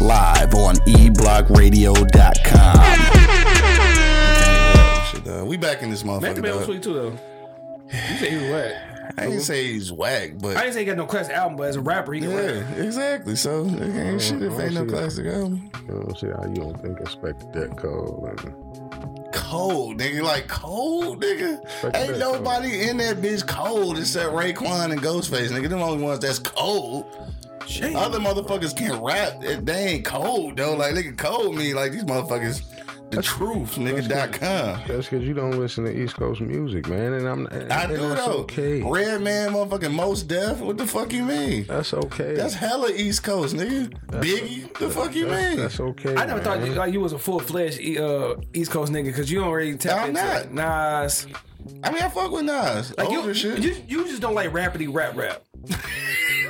live on E eblockradio.com. Shit, dog. We back in this Mac motherfucker. the Man was dog. sweet too, though. You say he was whack. I ain't say he's whack, but I didn't say he got no class album, but as a rapper, he can rap. yeah, exactly. So it ain't shit if ain't no classic album. I don't see how you don't think expect that cold. And Cold, nigga, like cold, nigga. Fuck Ain't that, nobody in that bitch cold except Raekwon and Ghostface, nigga. Them only ones that's cold. Other motherfuckers can rap. They ain't cold though. Like nigga, cold me. Like these motherfuckers, the truth, nigga. Dot com. that's because you don't listen to East Coast music, man. And I'm and, I and do that's though. okay. Red man, motherfucking most deaf. What the fuck you mean? That's okay. That's hella East Coast, nigga. Biggie, the fuck you that's, mean? That's okay. I never thought man. you, like you was a full fledged uh, East Coast nigga because you don't really tap I'm into not. Nas. I mean, I fuck with Nas. Like Older you, shit. you, you just don't like rappity rap rap.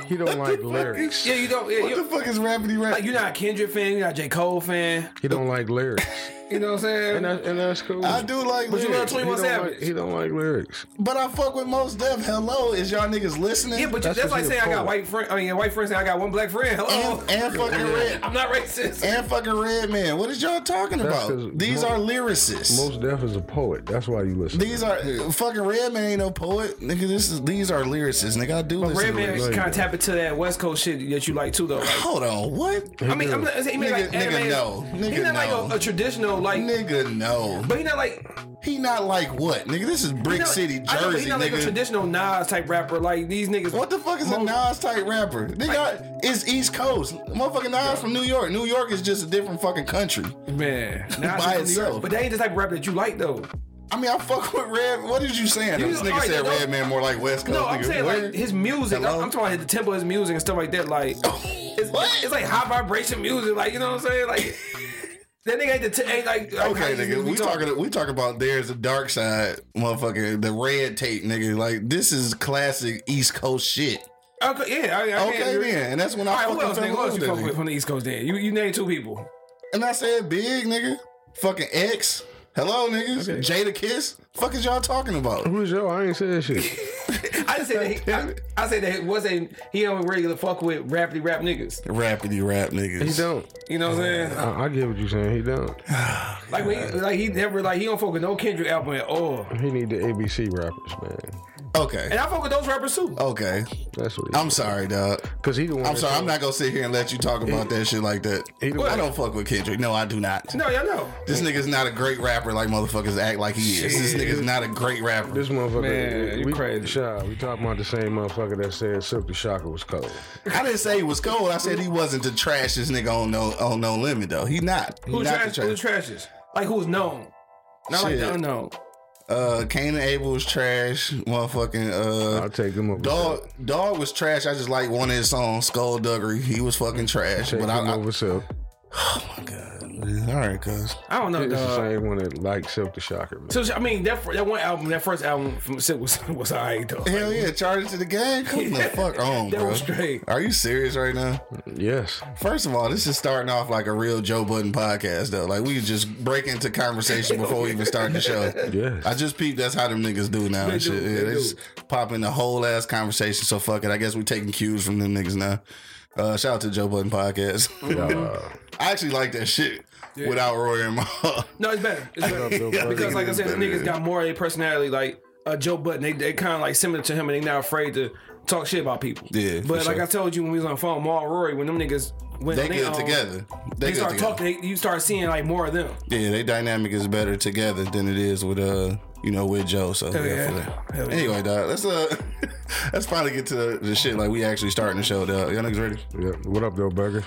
He don't like lyrics. Yeah, you don't. Yeah, what you, the fuck is rappity rap? like you're not a Kendrick fan. You're not a J Cole fan. He don't like lyrics. You know what I'm And, saying? that, and that's cool. I do like But you lyrics, love 21 He don't, like, Savage. he don't like lyrics. but I fuck with most Def. Hello, is y'all niggas listening? Yeah, but that's, That's that's what like he saying I was got for. white friend. I mean, white friends. And I got one black friend. Hello, and, and fucking red I'm not racist. and fucking red man. What is y'all talking That's about? 'cause These mo- are lyricists. Most deaf is a poet. That's why you listen. these are fucking Redman ain't no poet, nigga. This is these are lyricists, nigga. I do listen to Redman lyrics. kind of tap into that West Coast shit that you like too, though. Like, Hold on, what? I mean, I'm not saying he Nigga- made like anime. nigga, no. he's Nigga, not like no. a, a traditional like, Nigga, no. but he's not like He not like what, nigga? This is he Brick not, City, I know, but he's Jersey, not like a nigga. traditional Nas type rapper. Like these niggas. What the fuck is a Nas type rapper? They got it's East Coast. Motherfucking Nas from New York. New York is just a different fucking country. man? Nas by is from New York, itself. but that ain't the type of rapper that you like though. I mean, I fuck with Red. What is you saying? You- this nigga alright, said no, Red Man more like West Coast. No, I'm nigga. saying Where? like his music. I- Hello? I'm talking about the tempo of his music and stuff like that. Like it's, What? it's like high vibration music. Like you know what I'm saying? Like that nigga ain't, the t- ain't like, like how Okay, these nigga, niggas be we talking. We talk about there's the dark side, motherfucker. The red tape, nigga. Like this is classic East Coast shit. Okay, yeah. I, I can't Okay, agree. then, and that's when All I right, who fucking fell else, nigga? in Who love else with you that fuck with nigga. from the East Coast? Then you you named two people. And I said, big nigga, fucking X. Hello, niggas. Jada Kiss. Fuck is y'all talking about? Who's yo? I ain't said shit. I just said that he, I, I said that he wasn't he don't regular fuck with rappity rap niggas. Rappity rap niggas. He don't. You know what I'm saying? I, I get what you're saying. He don't. Like when he, like he never like he don't fuck with no Kendrick album at all. He need the ABC rappers, man. Okay. And I fuck with those rappers too. Okay. That's what. He I'm sorry, dog. Because he the one. I'm that sorry. I'm told- not gonna sit here and let you talk about that shit like that. Either I way. don't fuck with Kendrick. No, I do not. No, y'all know. This nigga's not a great rapper like motherfuckers act like he is. This nigga's not a great rapper. This motherfucker, eh, Man, you we, crazy. Shy, we talking about the same motherfucker that said Silk the Shocker was cold. I didn't say he was cold. I said he wasn't to trash this nigga on no on no limit though. He not. He Who not trash, the who trashes? Like who's known? Not like Shit. the unknown. Uh, Cain and Abel was trash. Motherfucking uh, I'll take him over. dog dog was trash. I just like one of his songs, Skullduggery. He was fucking trash. Take But I, him I over Silk. oh my god, man. all right, cuz. I don't know. It's the Dog. same one that liked Silk the Shocker. Man. So I mean that fir- that one album, that first album from Sid was was alright though. Hell yeah, charge it to the gang. Come the fuck on, That bro. was straight. Are you serious right now? Yes, First of all, this is starting off like a real Joe Budden podcast, though. Like we just break into conversation before we even start the show. Yes. I just peeped. That's how them niggas do now. and do, shit. yeah, they they do. just pop in the whole ass conversation. So fuck it. I guess we taking cues from them niggas now. Uh, shout out to Joe Budden podcast. I actually like that shit without Roy and Ma. No, it's better. It's better. Budden. because, like I said, the niggas got more of their personality. Like uh, Joe Button, they, they kind of like similar to him, and they not afraid to talk shit about people. Yeah, for But like sure. I told you when we was on the phone, Maul Rory, when them niggas went They on good their own, together. They, They, good start together. talking. They, you start seeing like more of them. Yeah, they dynamic is better together than it is with uh you know with Joe. So yeah, yeah. for that. Hell yeah. anyway, dog, let's uh let's finally get to the, the shit like we actually starting the show. Dog, y'all niggas ready? yeah. What up, though, Burger?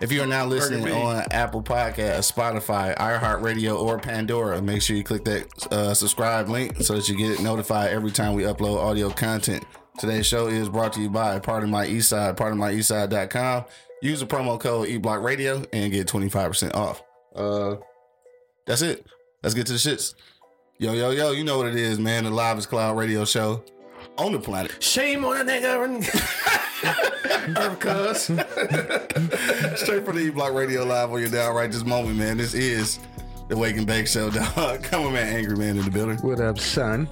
If you are now listening on Apple Podcast, Spotify, iHeartRadio, or Pandora, make sure you click that uh, subscribe link so that you get notified every time we upload audio content. Today's show is brought to you by Part of My East Side, Part of My East E Side.com. Use the promo code eBlockRadio and get 25% off. Uh, That's it. Let's get to the shits. Yo, yo, yo, you know what it is, man. The Live is Cloud radio show on the planet. Shame on a nigga. Earth cuz. Straight from the E Block Radio Live on your down right this moment, man. This is the Wake and Bake Show, dog. Come on, man, angry man in the building. What up, son?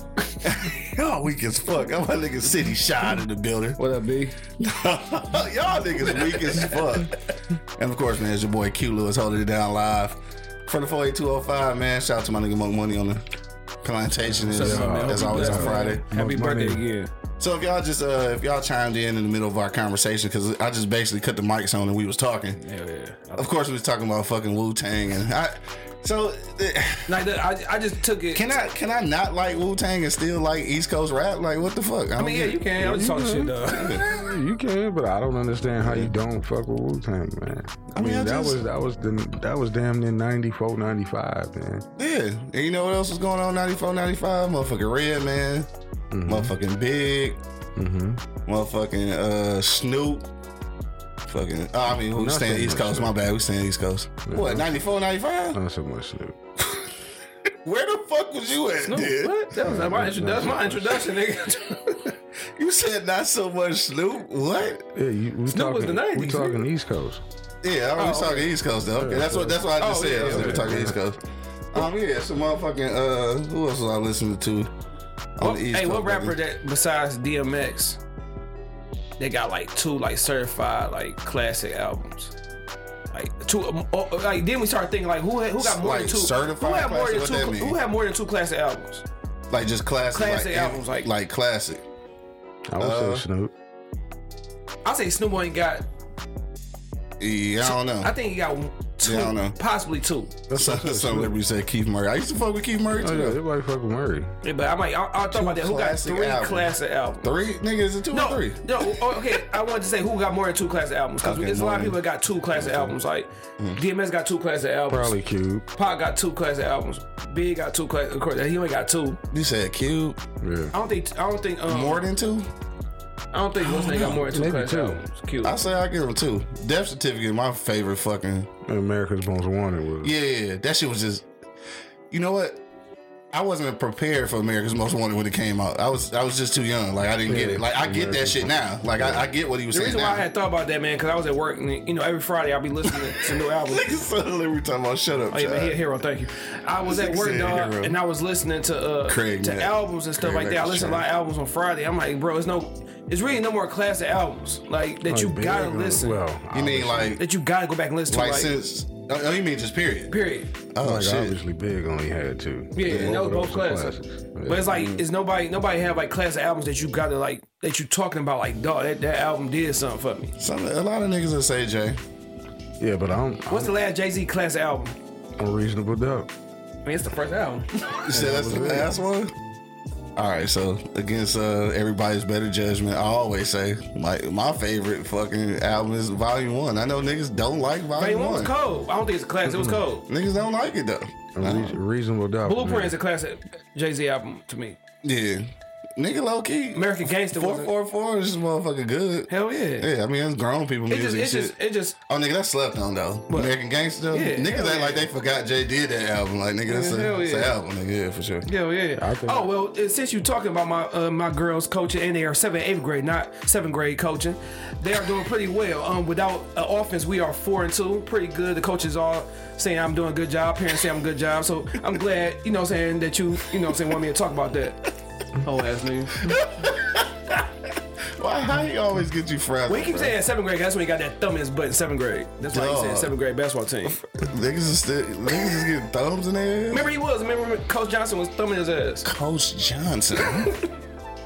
Y'all weak as fuck. I'm a nigga City Shine in the building. What up, B? Y'all niggas weak as fuck. And of course, man, it's your boy Q Lewis holding it down live from the 48205, man. Shout out to my nigga Monk Money on the plantation. As, What's up, man? as always on Friday. Happy Most money. birthday again. So if y'all just uh if y'all chimed in in the middle of our conversation, because I just basically cut the mics on and we was talking. Hell yeah. Of course, we was talking about fucking Wu Tang and I. So eh, Like that, I, I just took it. can I can I not like Wu Tang and still like East Coast rap? Like what the fuck? I mean, Oh, yeah, you can. I was just talking shit, though. You can, but I don't understand how you don't fuck with Wu Tang, man. I mean, mean, I that just- was that was the that was damn near 94, 95, man. Yeah, and you know what else was going on 94, 95? Motherfucking Red Man, motherfucking Big, motherfucking uh, Snoop, fucking, oh, I mean, we Not staying so East much, Coast, yeah. my bad, we staying East Coast. What, 94, 95? Not so much Snoop. Where the fuck was you at, dude? What? That was my, intro- that's my introduction, nigga. You said not so much Snoop, what? Yeah, you, we Snoop talking, was the 90s, We talking East Coast. Yeah, I was Oh, talking East Coast though. Okay, that's what that's what I just Oh, said. yeah, I was yeah, like, talking yeah. East Coast. Um, yeah, so motherfucking uh, who else was I listening to on Well, the East hey, Coast? what rapper brother? that besides DMX? They got like two like certified like classic albums. Like two, um, oh, like then we started thinking like who had, who got more Like, than two? certified who had more classic? What than that two? mean? Who had more than two classic albums? Like just classic, like, Classic albums, like- like classic. I would Uh, say Snoop. I say Snoop only got. Yeah, I don't know. I think he got two, Yeah, I don't know. possibly two. That's So, what I said, some Snoop. liberty said Keith Murray. I used to fuck with Keith Murray Oh too. yeah, everybody fuck with Murray. Yeah, but I might. I, I thought about that. Who got classic three albums. classic albums? Three niggas, a two No, or three. no. oh, Okay, I wanted to say who got more than two classic albums because Okay, Mm-hmm. there's a lot of more than- people that got two classic albums. Like DMX got two classic albums. Probably Cube. Pac got two classic albums. Big got two classic. Of course, he only got two. You said Cube, I Yeah. don't think. I don't think. Um, more than two. I don't think Wilson got more than two Maybe classic two. albums. Cute. I say I give him two. Death certificate, my favorite fucking. America's Most Wanted was. Yeah, that shit was just. You know what? I wasn't prepared for America's Most Wanted when it came out. I was I was just too young. Like I didn't get it. Like I get that shit now. Like I, I get what he was the saying reason why now. I had thought about that, man, because I was at work, and you know, every Friday I'll be listening to new albums. Niggas suddenly we talking about shut up. Oh yeah, man, child. he a hero. Thank you. I was at Nigga work, said dog, hero. and I was listening to uh Craig to Mack. albums and stuff Craig like that. I Mack's listened to a lot of albums on Friday. I'm like, bro, it's no, it's really no more classic albums like that. you Big gotta uh, on- listen. Well, You obviously- mean like like, that you gotta go back and listen to. Like, since? Oh, oh, you mean just period? period. Oh like, shit. obviously Big only had two. Yeah, and that was both Those are classic. classics. But Mm-hmm. it's like it's nobody nobody have like classic albums that you gotta like that you talking about like dog that, that album did something for me. Some, a lot of niggas will say Jay. yeah, but I'm, What's the last Jay Z classic album? I'm reasonable doubt. I mean it's the first album. You said that's the last one? All right, so against uh, everybody's better judgment, I always say like my favorite fucking album is Volume One. I know niggas don't like Hey, Volume one was One. cold. I don't think it's a classic. It was cold. Niggas don't like it though. A reas- reasonable doubt. Blueprint is man. a classic Jay Z album to me. Yeah, nigga, low key. American Gangster Four was a- Four Four is just motherfucking good. Hell yeah. Yeah, I mean it's grown people It music. just, it shit. just, it just, oh nigga, that slept on though. American Gangster. Though. Yeah, niggas hell act yeah. like they forgot Jay did that album. Like nigga, that's, Yeah, a, hell that's an yeah. album. Nigga, yeah, for sure. yeah, yeah. think- Oh well, uh, since you're talking about my uh, my girls coaching, and they are seventh, eighth grade, not seventh grade coaching, they are doing pretty well. Um, without uh, offense, we are four and two, pretty good. The coaches all saying I'm doing a good job. Parents say I'm a good job. So I'm glad, you know, what I'm saying that you, you know, what I'm saying want me to talk about that. Oh, ass nigga. Why? How he always get you fried? Well, he keeps saying seventh grade. That's when he got that thumb in his butt in seventh grade. That's why he Dog. said seventh grade basketball team. niggas is still niggas is getting thumbs in their head. Remember he was. Remember Coach Johnson was thumbing his ass. Coach Johnson.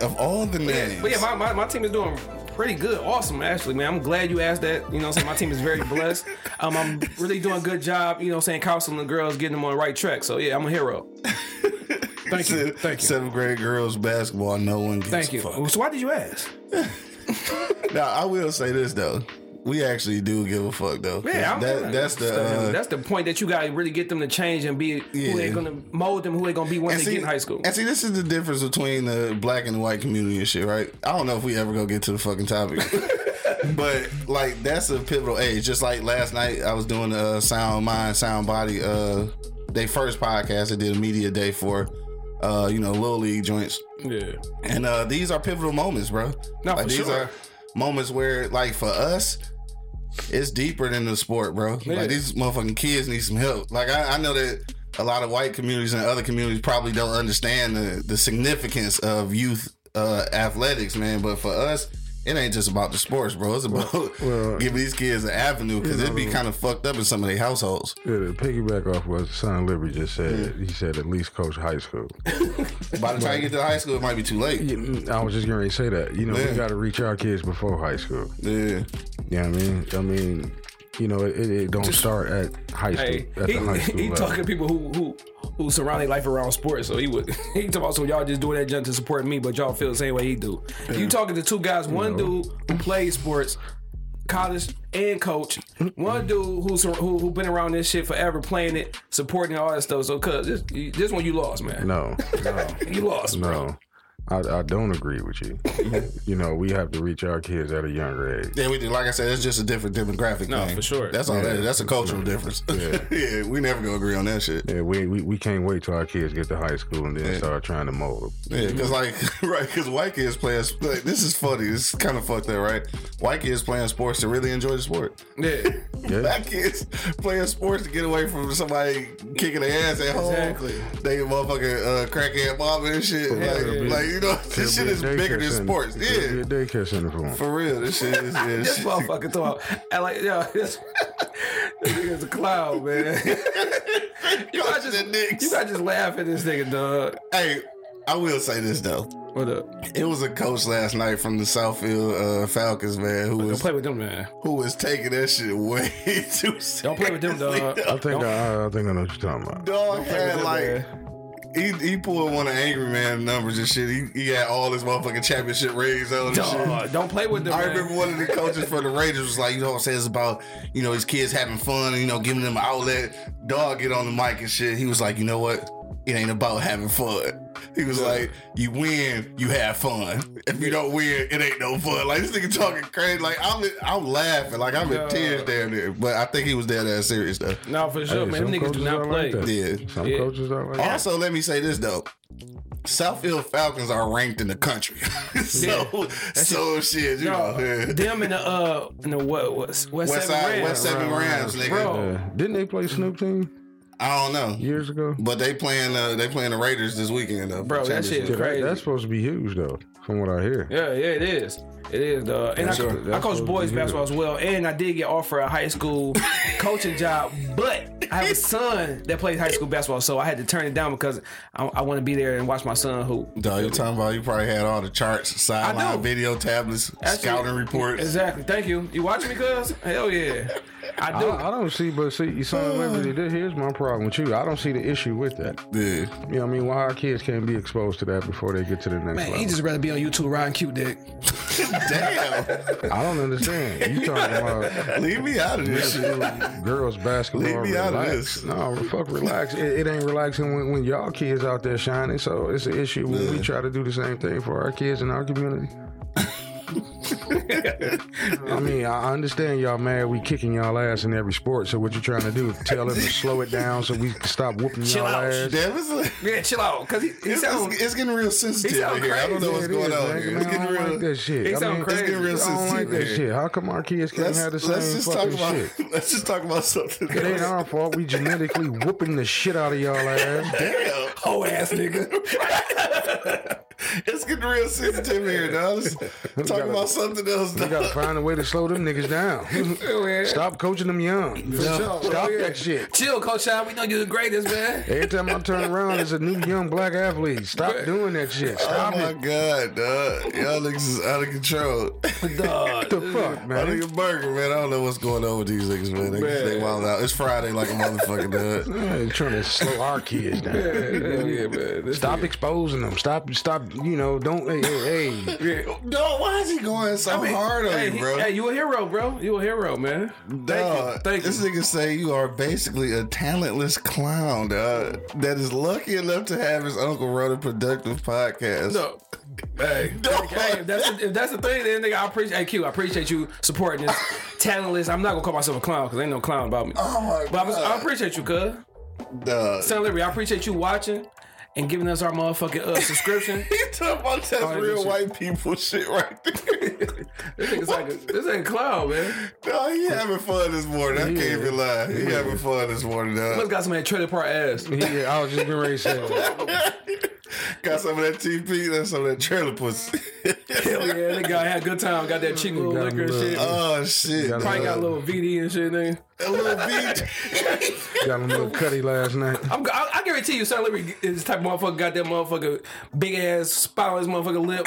of all the names. But yeah, my, my, my team is doing pretty good. Awesome, actually, man. I'm glad you asked that. You know what I'm saying? My team is very blessed. Um, I'm really doing a good job, you know what I'm saying, counseling the girls, getting them on the right track. So yeah, I'm a hero. Thank you. Thank you. Seventh grade girls basketball, no one gives Thank you. a fuck. So why did you ask? Now I will say this though. We actually do give a fuck though. Yeah, I'm that, that's the uh, that's the point that you gotta really get them to change and be who Yeah. they're gonna mold them, who they're gonna be when they get in high school. And see, this is the difference between the black and white community and shit, right? I don't know if we ever gonna get to the fucking topic. but like that's a pivotal age. Just like last night I was doing a sound mind, sound body uh they first podcast. They did a media day for, uh, you know, little league joints. Yeah. And uh, these are pivotal moments, bro. No, like, for these sure. are moments where, like, for us, it's deeper than the sport, bro. Yeah. Like these motherfucking kids need some help. Like I, I know that a lot of white communities and other communities probably don't understand the, the significance of youth uh, athletics, man. But for us, it ain't just about the sports, bro. It's about well, giving these kids an avenue because it'd be kind of fucked up in some of their households. Yeah, to piggyback off what Son Liberty just said, he said at least coach high school. By the time you get to high school, it might be too late. Yeah, mm, I was just going to say that. You know, Yeah. we got to reach our kids before high school. Yeah, You know what I mean? I mean, you know, it, it don't start at high school. Hey, at he, the high school he level. talking to people who who who surround their life around sports. So he would he talking about so y'all just doing that junk to support me, but y'all feel the same way he do. You talking to two guys, one dude who plays sports, college and coach, one dude who's who, who been around this shit forever, playing it, supporting all that stuff. So, cuz this, this one you lost, man. No, no, You lost, bro. no. I, I don't agree with you. you know, we have to reach our kids at a younger age. yeah, we do. Like I said, it's just a different demographic. No, thing. for sure. That's all. that is. That's a cultural difference. Yeah. we never gonna agree on that shit. Yeah, we, we, we can't wait till our kids get to high school and then start trying to mold them. Yeah, Mm-hmm. because like right, because white kids playing sp- like, this is funny. This is kind of fucked up, right? White kids playing sports to really enjoy the sport. Yeah. Black kids playing sports to get away from somebody kicking their ass at home. Exactly. They motherfucking uh, crackhead mama and shit. like, like, you know, this shit It'll be a is bigger daycare than center. sports. It'll Yeah, Be a daycare center for 'em. for real, this shit is. Yeah, This this- motherfucker talk. I like, yo, this, this nigga's a clown, man. you, gotta The just, Knicks. you gotta just laugh at this nigga, dog. hey, I will say this though. What up? It was a coach last night from the Southfield uh, Falcons, man, who Don't was play with them, man. who was taking that shit way too. Don't play with them, dog. I think I, I think I know what you're talking about. Dog had like man. he, he pulled one of Angry Man numbers and shit. He, he had all his motherfucking championship rings on and shit. Dog, don't play with them. I man. remember one of the coaches for the Raiders was like, you know what I'm saying? It's about, you know, his kids having fun and, you know, giving them an outlet. Dog get on the mic and shit. He was like, you know what? It ain't about having fun. He was like, you win, you have fun. If you don't win, it ain't no fun. Like, this nigga talking crazy. Like, I'm I'm laughing. Like, I'm in tears down there. But I think he was down there serious, though. No, for sure, Hey, man. some Them niggas do coaches not are play. like that. Yeah. Some Yeah. coaches are like that. Also, let me say this though. Southfield Falcons are ranked in the country. so, so shit, you know. Dog, yeah. them in the uh, in the what was West, West Seven Side, Rams. West Seven Rams, nigga. Bro. Yeah. Didn't they play Snoop Team I don't know, years ago? but they playing. Uh, they playing the Raiders this weekend, though. Bro, that shit- Yeah, that- Crazy. that's supposed to be huge though, from what I hear. Yeah, yeah, it is. It is, dog. And I, sure. I That's coach what boys we do. basketball as well, and I did get offered a high school coaching job, but I have a son that plays high school basketball, so I had to turn it down because I, I want to be there and watch my son hoop. Dog, you're talking about you probably had all the charts, sideline do. video tablets, That's scouting it. reports. Exactly. Thank you. You watching me, cuz? Hell yeah, I I, do. I don't see, but see, son, Liberty, this- here's my problem with you. I don't see the issue with that. Yeah. You know what I mean? Why our kids can't be exposed to that before they get to the next level? rather be on YouTube riding cute dick. Damn, I don't understand. You talking about leave me out of this shit. girls basketball. Leave me out of relax. this. No, fuck relax. It, it ain't relaxing when, when y'all kids out there shining. So it's an issue when we try to do the same thing for our kids in our community. I mean, I understand y'all mad. We kicking y'all ass in every sport. So what you trying to do? Tell us to slow it down so we can stop whooping y'all out, ass. Damn, it's, Yeah, chill out, cause he, he it's, sounds. it's, it's getting real sensitive sound in here. I don't know Yeah, what's it going is, on man. here. Man, It's I getting don't real. like that shit. It I sound mean, crazy. I It's getting real don't like sensitive that here. shit. How come our kids can't Let's, have the same let's just talk fucking about shit? let's just talk about something. It ain't else. our fault. We genetically whooping the shit out of y'all ass. Damn. Oh, Whole ass nigga. it's getting real sensitive here, dog. Let's talk gotta- about something else, We gotta dog. find a way to slow them niggas down. Stop coaching them young. Stop that shit. Chill, Coach Sean. We know you're the greatest, man. Every time I turn around, there's a new young black athlete. Stop doing that shit. Oh Stop my it. god, dog. Y'all niggas is out of control. What the fuck, I man? need a burger, man. I don't know what's going on with these niggas, man. They, they wild out. It's Friday like a motherfucker, dog. Man, trying to slow our kids down. yeah, man. This Stop exposing them. Stop. Stop. You know. Don't. Hey. hey, hey. No, why is he going so hard on hey, you, he- bro? Hey, you a hero, bro. You a hero, man. Thank you. Dog, Thank this you. nigga say you are basically a talentless clown, dog, that is lucky enough to have his uncle run a productive podcast. No. Hey, Dog. hey, if that's the, if that's the thing, then nigga, I appreciate. Hey, Q, I appreciate you supporting this talentless. I'm not gonna call myself a clown because ain't no clown about me. Oh my but I'm- God. I appreciate you, cuz. Duh. Son Liberty, I appreciate you watching and giving us our motherfucking uh, subscription. He talking about that's Oh, real shit. white people shit right there. This nigga's like, a, this ain't cloud, man. no, he having fun this morning. I can't even lie. He having fun this morning. Must Dog. got some of that trailer park ass. Yeah, I was just getting ready to say that. Got some of that TP. That's some of that trailer pussy. Hell yeah, that guy had a good time. Got that cheap little Got liquor and him, shit. uh, oh shit. Got a Probably got a dog. little VD and shit, nigga. a little beat. Got a little cutty last night. I'm, I, I guarantee you, Son Liberty is the type of motherfucker got that motherfucker big ass spot on his motherfucking lip,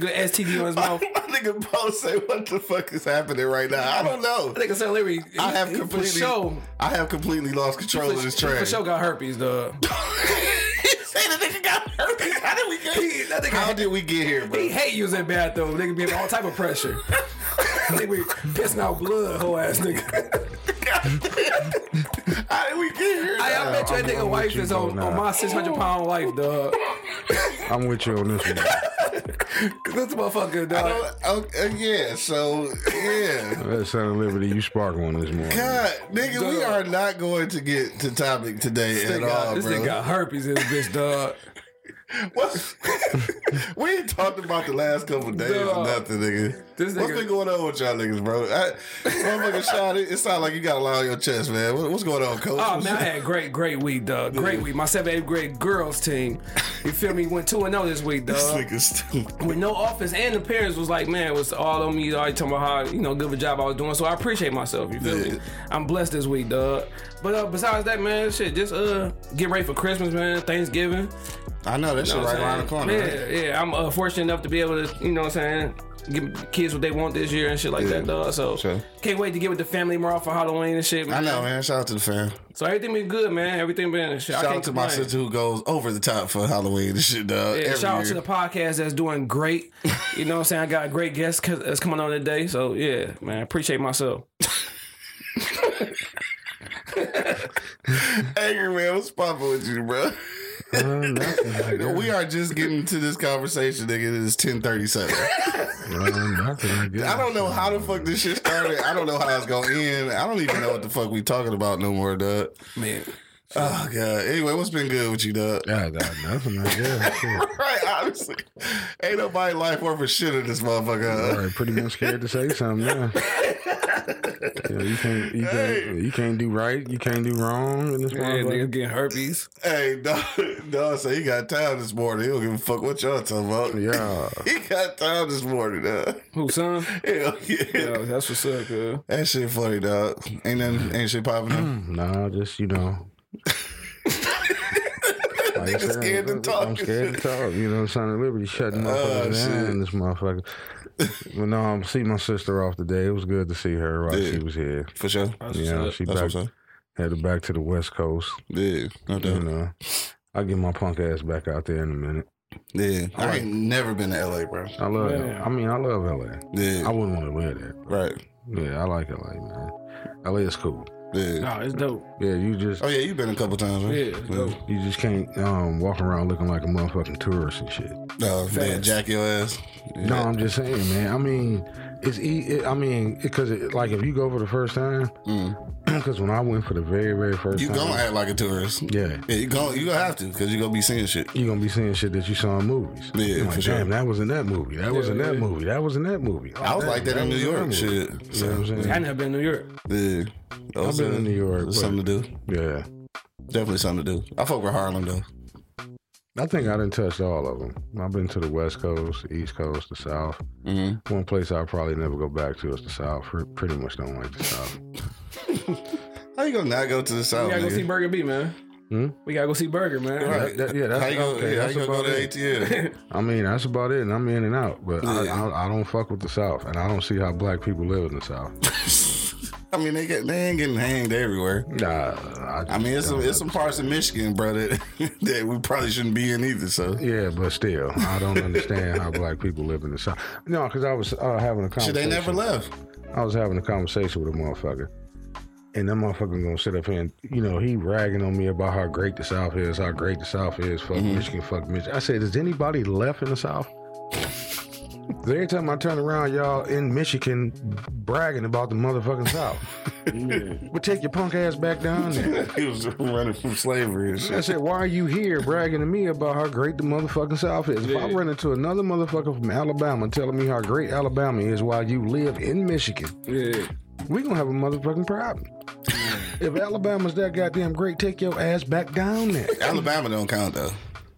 good STD on his My mouth. nigga Paul say, "What the fuck is happening right now?" I don't know. I think Son Liberty, I have he- he completely, for sure, I have completely lost control of for, this train. for sure got herpes, dog. say the nigga got herpes. How did we He- that get? nigga- How did we get here, bro? He hate using bathroom. Nigga be under all type of pressure. nigga be pissing out blood, whole ass nigga. How did we get here? I, I bet you that I'm- I'm nigga with wife you, is bro, on, nah. on my 600 pound wife, dog. I'm with you on this one. This motherfucker, dog. Oh, okay, yeah. So yeah. That sound of liberty, you sparkling this morning. God, nigga, we are not going to get to topic today This at nigga- all, this bro. nigga got herpes in his bitch, dog. What's, we ain't talked about the last couple days or Dog. nothing, nigga. This What's nigga- been going on with y'all niggas, bro? I, motherfucking shot, it, it sound like you got a lot on your chest, man. What, what's going on, coach? Oh What's- man, I had a great, great week, dog. Great week. My seventh, eighth grade girls team. You feel me? Went two and zero this week, This dog. nigga stupid. With no offense, and the parents was like, man, it was all on me. Already talking about how you know good of a job I was doing. So I appreciate myself. You feel Yeah. me? I'm blessed this week, dog. But uh, besides that, man, shit, just uh, get ready for Christmas, man. Thanksgiving. I know that shit You know what right I'm around the saying? corner. right? Yeah, yeah. I'm uh, fortunate enough to be able to, you know what I'm saying, give kids what they want this year and shit like Yeah. that, dog. So Sure. can't wait to get with the family more off for Halloween and shit. I know, man. Shout out to the fam. So everything been good, man. Everything been shit. I Shout can't out to my complain. sister who goes over the top for Halloween and shit, dog. Yeah, every shout out year. to the podcast that's doing great. You know what I'm saying? I got a great guest c- that's coming on today. So, yeah, man, I appreciate myself. angry man. What's popping with you, bro? Uh, nothing. I guess. we are just getting to this conversation, nigga. It is ten thirty seven. Uh, nothing, I guess. I don't know how the fuck this shit started. I don't know how it's gonna end. I don't even know what the fuck we talking about no more, dog. Man. Oh god. Anyway, what's been good with you, dog? God, God, nothing, I guess. Shit. Right, obviously. Ain't nobody life worth a shit in this motherfucker. All huh? right, pretty much scared to say something now. Yeah, you can't, you can't, you can't do right, you can't do wrong in this Yeah, motherfucker. nigga getting herpes. Hey, dog, dog say he got time this morning. He don't give a fuck what y'all talking about. Yeah. He got time this morning, dog. Who, son? Hell yeah. Yo, that's what's up, girl. That shit funny, dog. Ain't nothing, ain't shit popping Mm, up. Nah, just you know. Like I Nigga said, scared to I'm- talk I'm and scared to talk. You know, Son of Liberty shutting motherfuckers down Oh, shit. in this motherfucker. But no, I'm seeing my sister off today. It was good to see her while Yeah. she was here. For sure. You know, she That's back, what's up. headed back to the West Coast. Yeah, no You doubt. know, I'll get my punk ass back out there in a minute. Yeah. I ain't never been to LA, bro. I love. Yeah. I mean, I love LA. I Yeah. wouldn't want to live there. Right. Yeah, I like LA, man. LA is cool. Yeah. Nah, it's dope. Yeah, you just Oh yeah, you've been a couple times, right? Yeah, it's dope. you just can't um, walk around looking like a motherfucking tourist and shit. No, man, Oh, jack your ass. No, I'm just saying, man. I mean, it's e- it, I mean, because it, like if you go for the first time, because when I went for the very very first Mm. You time, gonna act like a tourist. yeah, Yeah, you gonna you gonna have to because you gonna be seeing shit. you gonna be seeing shit that you saw in movies. Yeah, You're like, for sure. damn, that was in that movie. That was in that movie. That was in that movie. I was Oh, like that in New was York, movie. shit. You know what I'm I saying? never been to New York. Yeah. I've been in New York, but- Something to do. Yeah, Definitely something to do. I fuck with Harlem though. I think I done touched all of them. I've been to the West Coast, the East Coast, the South. Mm-hmm. One place I'll probably never go back to is the South. Pre- Pretty much don't like the South. How you gonna not go to the We south? gotta go nigga? see Burger B, man. We gotta go see Burger, man. Oh, Hmm? Right. That- yeah, that's- how you gonna, okay, yeah, how that's you gonna go about to it. ATL? I mean, that's about it, and I'm in and out. But I, I, I don't fuck with the South, and I don't see how black people live in the South. I mean, they get they ain't getting hanged everywhere. Nah, I, I mean, it's some, it's some parts of Michigan, bro, that, that we probably shouldn't be in either. So yeah, but still, I don't understand how black people live in the South. No, because I was uh, having a shit, conversation. they never left. I was having a conversation with a motherfucker, and that motherfucker gonna sit up here and you know he ragging on me about how great the South is, how great the South is. Fuck Michigan, fuck Michigan. I said, is anybody left in the South? Every time I turn around, y'all in Michigan bragging about the motherfucking South. But take your punk ass back down there. he was running from slavery and I shit. said, why are you here bragging to me about how great the motherfucking South is? If I run into another motherfucker from Alabama telling me how great Alabama is while you live in Michigan, Yeah. we gonna have a motherfucking problem. if Alabama's that goddamn great, take your ass back down there. Alabama don't count though.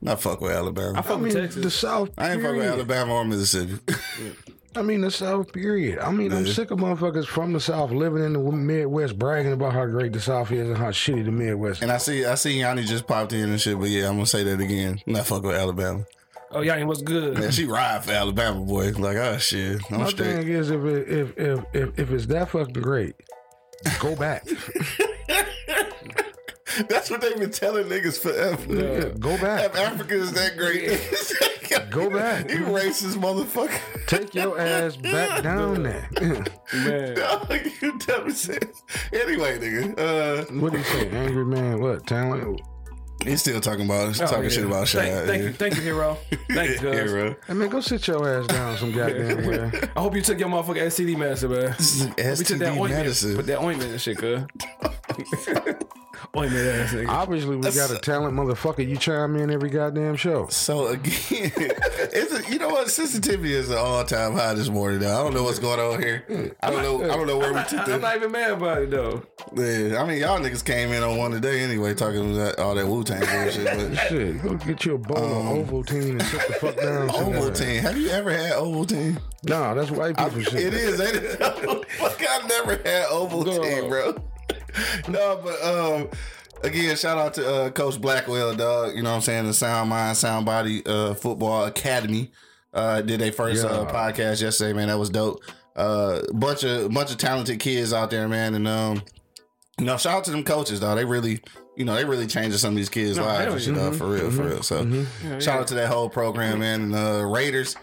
I fuck with Alabama. I mean, Texas. the South. I ain't fuck with period. Alabama or Mississippi. I mean, the South, period. I mean, I'm sick of motherfuckers from the South living in the Midwest bragging about how great the South is and how shitty the Midwest is. and I see, I see Yanni just popped in and shit. But yeah, I'm gonna say that again. Not fuck with Alabama. Oh, y'all ain't what's good. Man, she ride for Alabama, boy. Like, oh shit, I'm My straight. thing is, if, it, if if if if it's that fucking great, go back. That's what they've been telling niggas forever. go If back. Africa is that great, Go back. You racist motherfucker. Take your ass back down there. you never said. Anyway, nigga, uh, what do you say, angry man? What talent? he's still talking about talking shit about Shy. Oh, Thank, thank you, thank you, hero. Thank you, yeah. cuz. bro. I mean, go sit your ass down some goddamn where. I hope you took your motherfucking STD medicine, man. This is We took that STD ointment, medicine. put that ointment and shit, cuz. ointment ass nigga. Obviously, we got a talent motherfucker. You chime in every goddamn show. So again, it's a, you know what? Sensitivity is an all time high this morning. Though. I don't know what's going on here. I don't know. I don't know where we took I'm the. not even mad about it though. Yeah, I mean, y'all niggas came in on one today anyway, talking about all that Wu Tang bullshit. But Shit, go get you a bowl of Um, Ovaltine and sit the fuck down. somewhere. Ovaltine, have you ever had Ovaltine? Nah, that's white people shit. It is. Ain't it? Fuck, I've never had Ovaltine, bro. no, but um, again, shout out to uh, Coach Blackwell, dog. You know what I'm saying? The Sound Mind, Sound Body uh, Football Academy uh, did their first uh, Yeah. podcast yesterday, man. That was dope. Uh, bunch of bunch of talented kids out there, man, and um. You know, shout out to them coaches, though. They really, you know, they really changing some of these kids' lives, and shit, dawg, for real, for real. So, shout out to that whole program, man. And uh, Raiders,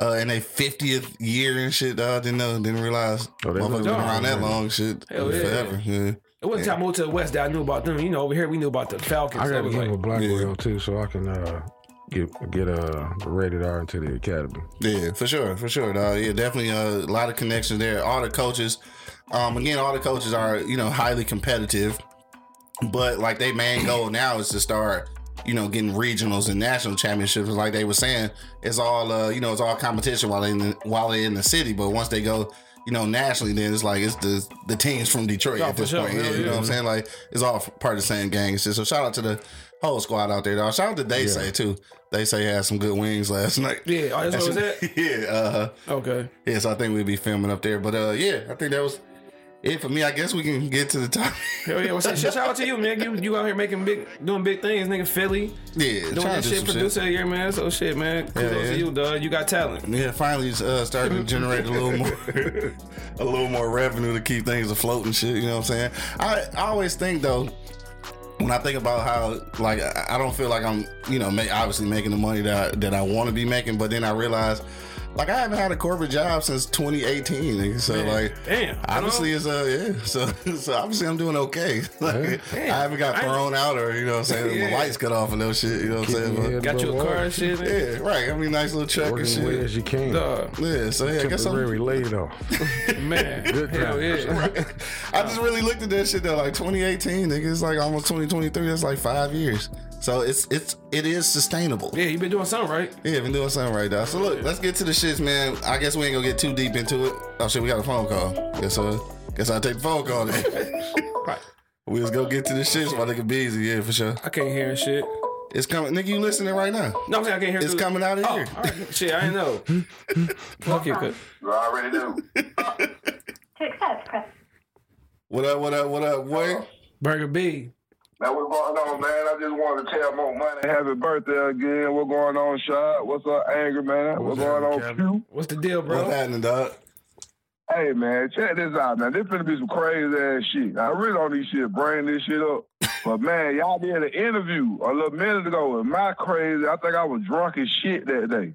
uh, in their fiftieth year and shit. Dog, didn't know, didn't realize. Oh, they motherfuckers lived been long, around that man. long, shit, Hell yeah. forever. Yeah. It wasn't time I moved to the West that I knew about them. You know, over here we knew about the Falcons. I So it gotta was give like, a black whale too, so I can uh, get get uh, rated R into the academy. Yeah, for sure, for sure, dog. Yeah, definitely uh, a lot of connections there. All the coaches, um, again, all the coaches are you know highly competitive, but like their main goal now is to start you know getting regionals and national championships. Like they were saying, it's all uh, you know it's all competition while they in the, while they in the city, but once they go. You know, nationally, then it's like it's the the teams from Detroit Oh, at for this sure. point. Yeah, Hell you know yeah. what I'm saying? Like it's all part of the same gang and shit. So shout out to the whole squad out there, dog. Shout out to They Say too. They Say had some good wings last night. Yeah, oh, that's what it was at? yeah, uh, Okay. yeah. So I think we'd be filming up there, but uh, yeah, I think that was it for me. I guess we can get to the topic. Hell yeah. Well, shit, shit, shout out to you, man. You, you out here making big, doing big things, nigga. Philly, yeah, trying to doing that do shit, some producer of the year, man. So shit, man. Kudos Yeah, yeah. to you, dog. You got talent. Yeah, finally it's, uh, starting to generate a little more, a little more revenue to keep things afloat and shit. You know what I'm saying? I, I always think though, when I think about how like I I don't feel like I'm, you know, ma- obviously making the money that I, that I want to be making, but then I realize. Like I haven't had a corporate job since 2018, nigga. so like, damn, you obviously it's uh yeah, so so obviously I'm doing okay. Like, I haven't got thrown out or you know what I'm saying, my lights cut off and no shit, you know what I'm saying. your But- Got you a Well, car and shit, nigga. yeah, right. I mean, nice little check Working and as shit. way as you can. Dog, Yeah, so yeah, I guess I'm, Temporary laid off. man. Hell yeah. I just really looked at that shit though, like 2018, nigga. It's like almost 2023. That's like five years. So it's it's it is sustainable. Yeah, you been doing something, right? Yeah, been doing something right now. So look, let's get to the shits, man. I guess we ain't gonna get too deep into it. Oh shit, we got a phone call. Guess uh, guess I take the phone call. Then. we just go get to the shits, my nigga. Busy, yeah, for sure. I can't hear shit. It's coming, nigga. You listening right now? No, I'm saying I can't hear It's through- coming out of Oh, here. all right. Shit, I ain't know. Fuck you, cuz. You already do. To accept, press What up? What up? What up? What? Burger B. Now what's going on, man? I just wanted to tell Mo Money happy birthday again. What's going on, Shot? What's up, Angry Man? What's, going on, Q? What's the deal, What's bro? happening, dog? Hey man, check this out, man. This finna be some crazy ass shit. I really don't need shit to bring this shit up. But man, y'all did an interview a little minute ago and my crazy. I think I was drunk as shit that day.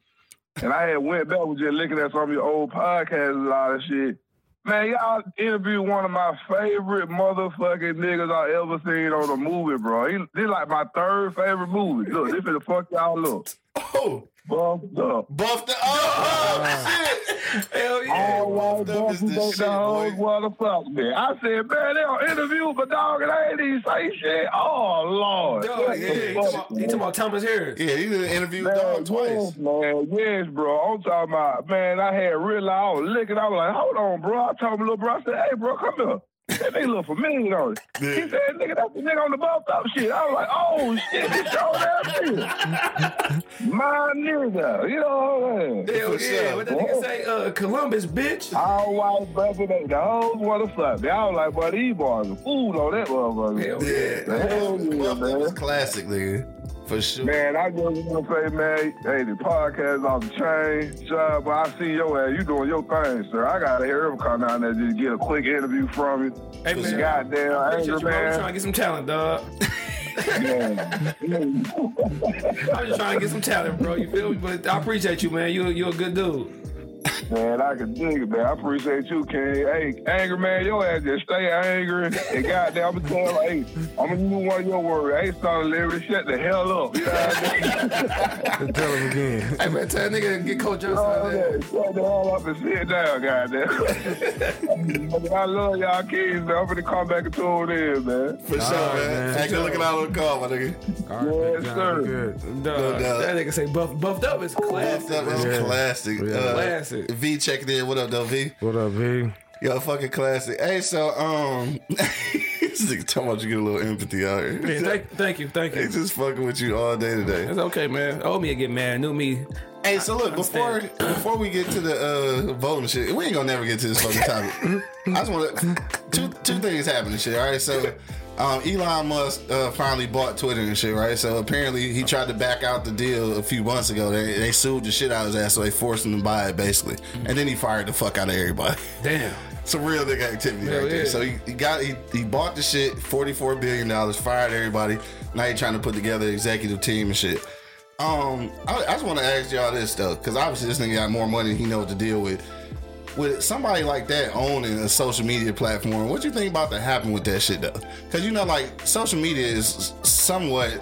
And I had went back was just looking at some of your old podcasts and all that shit. Man, y'all interviewed one of my favorite motherfucking niggas I ever seen on a movie, bro. He, this like my third favorite movie. Look, this finna fuck y'all up. Oh, buffed up. Buffed up. Oh, shit. Hell yeah. All white Buffed up is buffed the think shit, the whole boy. world Oh, fuck me. I said, man, they don't interview, but dog, and I ain't even say shit. Oh lord. Dog, yeah, he talking about- he talking about Thomas Harris. Yeah, he done interviewed Man, dog twice. Yes, man, yes, bro. I'm talking about, man, I had real, I was licking. I was like, hold on, bro. I told my little bro, I said, hey, bro, come here. That nigga look familiar on it. He Yeah. said, nigga, that's the nigga on the buffed up shit. I was like, oh, shit, this your ass nigga. My nigga. You know what I'm saying? Hell yeah. What that nigga say? Uh, Columbus, bitch. All white brother, they the whole motherfucker. I was like, boy, these boys are fools on that motherfucker. Hell yeah. Yeah, Hell that yeah, man. was classic, nigga. For sure. Man, I just want to say, man, hey, the podcast off the chain, job, but I see your ass. You doing your thing, sir. I got to hear him come down there just get a quick interview from you. Hey, This man. Goddamn Appreciate anger, you, bro. I'm trying to man. get some talent, dog. Yeah. I'm just trying to get some talent, bro. You feel me? But I appreciate you, man. You you a good dude. man, I can dig it, man. I appreciate you, King. Hey, anger, man, your ass just stay angry. And goddamn, I'm going to tell you, hey, I'm going to use one of your words. Hey, son of Liberty, shut the hell up. You know what I mean? Tell him again. Hey, man, tell that nigga to get Coach Johnson out Oh, there. yeah. Shut the hell up and sit down, goddamn. I love y'all kids, man. I'm gonna come back and tune in, man. For sure, right, man. man. Hey, good looking out on the call, my nigga. All right, Yes, John, sir. Good. Dog, No doubt. That nigga say buff, buffed up is Buffed classic. up is Yeah. classic. Yeah. Uh, Classic. V checking in. What up, though, V? What up, V? Yo, fucking classic. Hey, so um, this nigga talking about you get a little empathy out here. Yeah, thank, thank you, thank they you. just fucking with you all day today. It's okay, man. Old me get mad. New me. Hey, so look before before we get to the uh, voting shit, we ain't gonna never get to this fucking topic. I just want to two two things happened and shit. All right, so um, Elon Musk uh, finally bought Twitter and shit. Right, so apparently he tried to back out the deal a few months ago. They, they sued the shit out of his ass, so they forced him to buy it basically, and then he fired the fuck out of everybody. Damn. Some real nigga activity Hell right there. yeah. So he, he got he, he bought the shit, forty four billion dollars, fired everybody. Now he trying to put together an executive team and shit. Um, I, I just want to ask y'all this though, because obviously this nigga got more money. than He know what to deal with. With somebody like that owning a social media platform, what you think about to happen with that shit though? Because you know, like social media is somewhat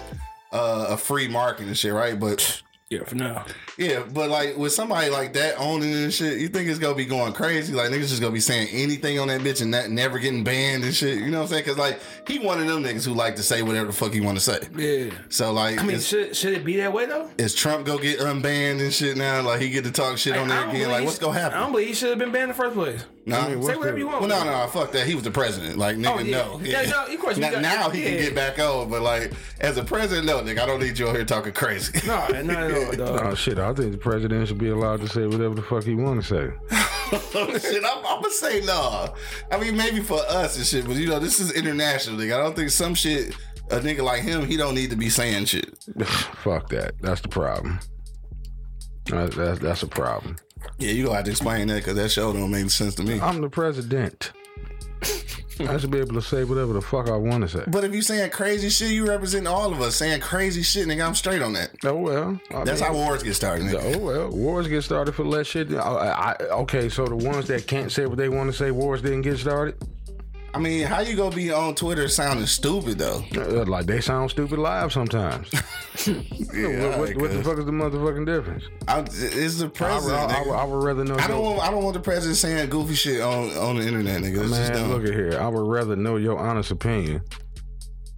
uh, a free market and shit, right? But Yeah, for now. yeah, but like with somebody like that owning and shit, you think it's gonna be going crazy? Like niggas just gonna be saying anything on that bitch and that never getting banned and shit. You know what I'm saying? Cause like he one of them niggas who like to say whatever the fuck he want to say. Yeah. So like, I mean, is, should should it be that way though? is Trump go get unbanned and shit now? Like he get to talk shit on I there don't again? believe Like he what's sh- gonna I don't happen? believe he should have been banned in the first place. Nah. I mean, Say what's whatever the- you want. well, no, no, fuck that. He was the president. Like, nigga, Oh, yeah. no. Yeah, no, of course, you Now, got- now he can yeah. get back on, but like, as a president, no, nigga, I don't need you out here talking crazy. No, no, no, dog. Oh shit! I think the president should be allowed to say whatever the fuck he want to say. shit, I'm, I'm gonna say no. I mean, maybe for us and shit, but you know, this is international. Nigga. I don't think some shit a nigga like him, he don't need to be saying shit. fuck that. That's the problem. That's that's, that's a problem. Yeah, you gonna have to explain that because that show don't make sense to me. I'm the president. I should be able to say whatever the fuck I want to say. But if you saying crazy shit, you representing all of us saying crazy shit, nigga. I'm straight on that. Oh well. I That's mean, how wars get started. Nigga. Oh well, wars get started for less shit. I, I, I- okay, so the ones that can't say what they want to say, wars didn't get started. I mean, how you gonna be on Twitter sounding stupid though? Uh, like they sound stupid live sometimes. Yeah, what, what, what the fuck is the motherfucking difference? I, it's the I, president. I- I- nigga. I would rather know. I don't your- want. I don't want the president saying goofy shit on on the internet, nigga. It's Man, just dumb. look at here. I would rather know your honest opinion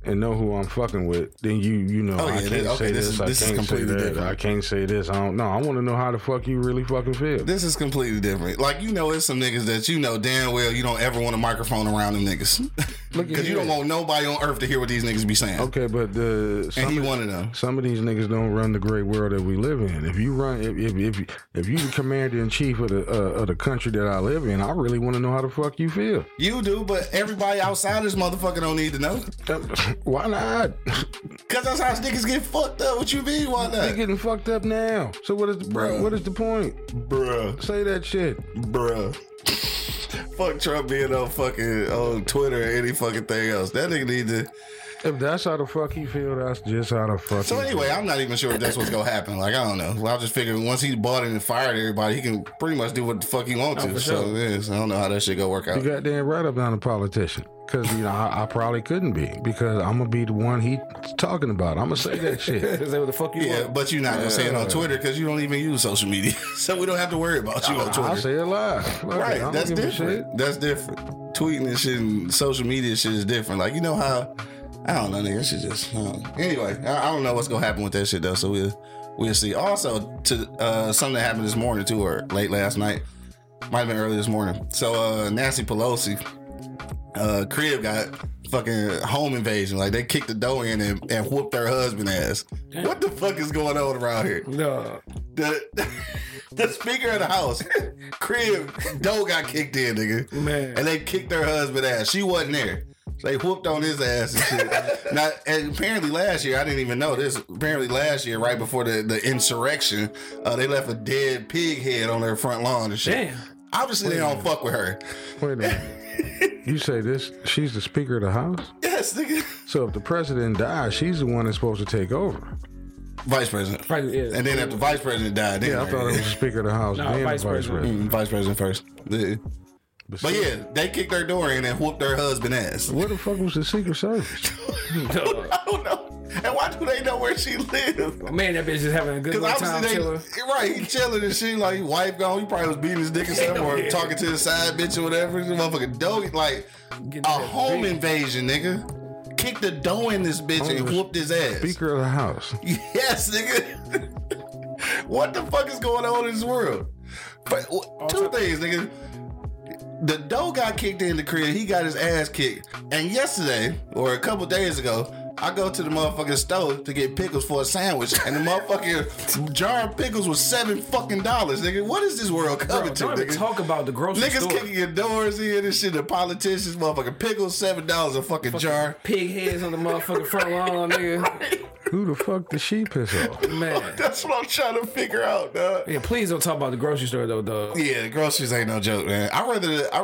and know who I'm fucking with than you. You know, Oh, I yeah, can't that- okay, say this this. is- I this is can't say completely that. different. I can't say this. I don't know. I want to know how the fuck you really fucking feel. This is completely different. Like you know, it's some niggas that you know damn well you don't ever want a microphone around them niggas Look at because you here. don't want nobody on earth to hear what these niggas be saying. Okay, but the And some, he of- one of them. some of these niggas don't run the great world that we live in. If you run, if if if, you- if you the commander in chief of the uh, of the country that I live in, I really want to know how the fuck you feel. You do, but everybody outside this motherfucker don't need to know Why not? because that's how niggas get fucked up. What you mean? Why They not, getting fucked up now. So what is the Bruh. what is the point? bruh, Say that shit. bruh? Fuck Trump being on fucking on Twitter or any fucking thing else. That nigga need to. If that's how the fuck he feel, that's just how the fuck. So he anyway, I'm not even sure if that's what's gonna happen. Like I don't know. Well, I just figured once he bought it and fired everybody, he can pretty much do what the fuck he wants to. So yes, I don't know how that shit gonna work out. You goddamn right I'm not a politician. Because, you know, I, I probably couldn't be. Because I'm going to Uh, be the one he talking about. I'm going to say that shit. Say what the fuck you Yeah, want. but you're not gonna say it on Twitter because you don't even use social media, so we don't have to worry about you on I'll Twitter. say it live. Fuck it, I Right, don't that's give a different. That's different. Tweeting and shit and social media shit is different. Like you know how I don't know, nigga. That shit just I don't know. anyway. I, I don't know what's gonna happen with that shit though. So we'll we'll see. Also, to uh, something that happened this morning too, or late last night, might have been early this morning. So uh, Nancy Pelosi, uh, crib got fucking home invasion. Like they kicked the door in and, and whooped her husband ass. What the fuck is going on around here? No. the the speaker of the house, crib, Doe got kicked in, nigga. Man. And they kicked her husband ass. She wasn't there. So they whooped on his ass and shit. now, and apparently last year, I didn't even know this. Apparently last year, right before the, the insurrection, uh, they left a dead pig head on their front lawn and shit. Damn. Obviously, they don't fuck with her. shit. Wait a minute. You say this, she's the Speaker of the House? Yes, nigga. So if the president dies, she's the one that's supposed to take over. Vice president. Probably, yeah. And then after vice president died, then Yeah, I thought it was the Speaker of the House, Nah, then Vice the Vice President. President. Mm, vice president first. Yeah. But yeah, they kicked her door in and whooped her husband ass. Where the fuck was the Secret Service? I don't know. And why do they know where she lives? Man, that bitch is having a good Because little time obviously they chilling. right, he chilling and shit. Like his wife gone, he probably was beating his dick or something, or talking to his side bitch or whatever. This motherfucking dough, like Getting a that home big. invasion, nigga. Kicked the dough in this bitch and the whooped his ass. Speaker of the House. Yes, nigga. what the fuck is going on in this world? But wh- two things, nigga. The dough got kicked in the crib. He got his ass kicked. And yesterday, or a couple days ago, I go to the motherfucking store to get pickles for a sandwich, and the motherfucking jar of pickles was seven fucking dollars, nigga. What is this world coming Bro, don't to, even nigga? talk about the grocery Niggas store. kicking your doors in and shit. The politicians, motherfucking pickles, seven dollars a fucking jar. Pig heads on the motherfucking front lawn, nigga. Who the fuck did she piss off? Man. That's what I'm trying to figure out, dog. Yeah, please don't talk about the grocery store though, dog. Yeah, groceries ain't no joke, man. I rather the, I,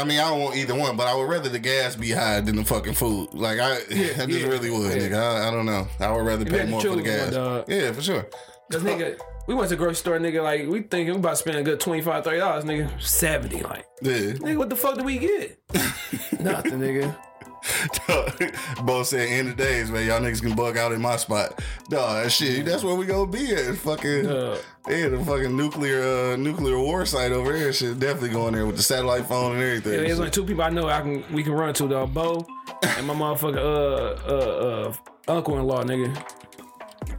I mean, I don't want either one, but I would rather the gas be high than the fucking food. Like I, I just yeah, really would, yeah. nigga. I, I don't know. I would rather pay had to more for the choose one, gas. dog. yeah, for sure. Cause nigga, we went to the grocery store, nigga. Like we thinking we about to spend a good 25 30 dollars, nigga. 70, like Yeah. nigga, what the fuck do we get? Nothing, nigga. Both said end of days, man. Y'all niggas can bug out in my spot. Dog, that shit. That's where we gonna be at. Fucking yeah, the fucking nuclear uh, nuclear war site over here. Shit, definitely going there with the satellite phone and everything. There's only two people I know I can we can run to, dog. Bo and my motherfucking uh uh uh uncle in law, nigga.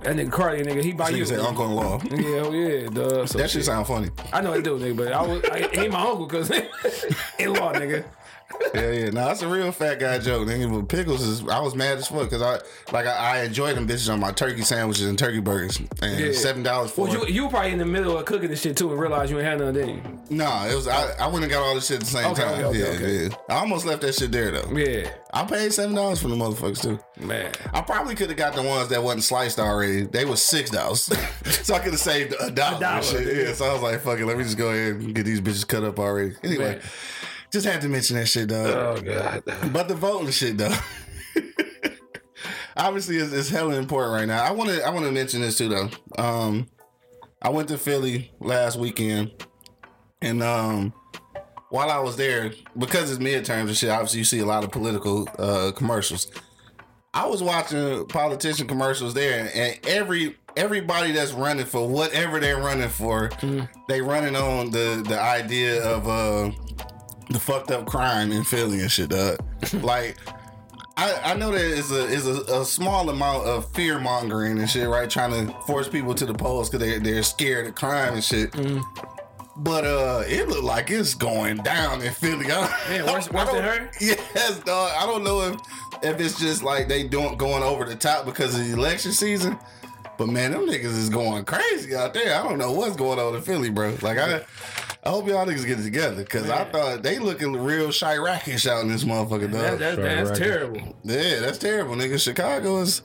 That nigga Cardi, nigga, he by Nigga you. said uncle in law. Yeah, oh, yeah, duh. So That shit sound funny. I know it do, nigga, but I was I, he my uncle cause in law, nigga. Yeah, yeah. No, that's a real fat guy joke, nigga. But pickles is I was mad as fuck because I like I, I enjoy them bitches on my turkey sandwiches and turkey burgers. And Yeah. seven dollars for Well, you you were probably in the middle of cooking this shit too and realize you ain't had none, didn't you? it. Nah, it was I, I went and got all this shit at the same Okay, time. okay, okay, yeah, okay. yeah. I almost left that shit there though. Yeah, I paid seven dollars for the motherfuckers too. man. I probably could have got the ones that wasn't sliced already. They was six dollars, so I could have saved a dollar. dollar, and shit. Yeah, so I was like, "Fuck it, let me just go ahead and get these bitches cut up already." Anyway, Man. just had to mention that shit, dog. Oh, God. But the voting shit though. Obviously it's, it's hella important right now. I wanna I wanna mention this too though. Um I went to Philly last weekend and um while I was there, because it's midterms and shit, obviously you see a lot of political uh commercials. I was watching politician commercials there and every everybody that's running for whatever they're running for, they running on the the idea of uh the fucked up crime in Philly and shit, dog. like, I, I know there is a is a, a small amount of fear mongering and shit, right? Trying to force people to the polls because they they're scared of crime and shit. Mm. But uh, it looked like it's going down in Philly. Man, worse- worse than her? Yes, dog. I don't know if if it's just like they doing going over the top because of the election season. But man, them niggas is going crazy out there. I don't know what's going on in Philly, bro. Like I, I hope y'all niggas get it together because I thought they looking real Chiracish out in this motherfucker, dog. That, that, Sorry, that's Roger. terrible. yeah, that's terrible, nigga. Chicago is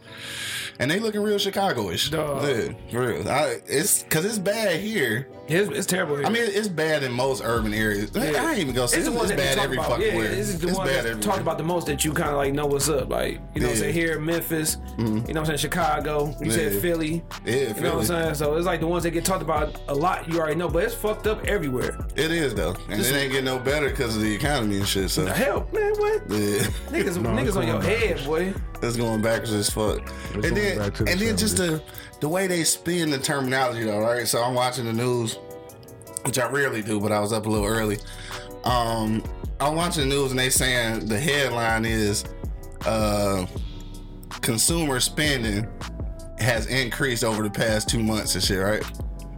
and they looking real Chicagoish. Dog. Yeah, for real. I, it's because it's bad here. It's, it's terrible. I mean, it's bad in most urban areas. I- I ain't even gonna say It's it's, the ones it's that they bad talk every about. fucking yeah, where. This is the it's one bad that's talked everywhere. about the most that you kind of like know what's up. Like, you know Yeah. what I'm Mm-hmm. saying? Here in Memphis, you know what I'm saying? Chicago, you said Yeah. Philly. Yeah, You know what Philly. I'm saying? So it's like the ones that get talked about a lot, you already know, but it's fucked up everywhere. It is though, and it ain't getting no better because of the economy and shit. So Hell, man, what? yeah. Niggas, No, it's niggas on going your head, boy. It's going backwards as fuck. and going then, back to the and then just 70s. the the way they spin the terminology though, right? So I'm watching the news, which I rarely do, but I was up a little early. Um, I'm watching the news and they saying the headline is uh, consumer spending has increased over the past two months and shit, right?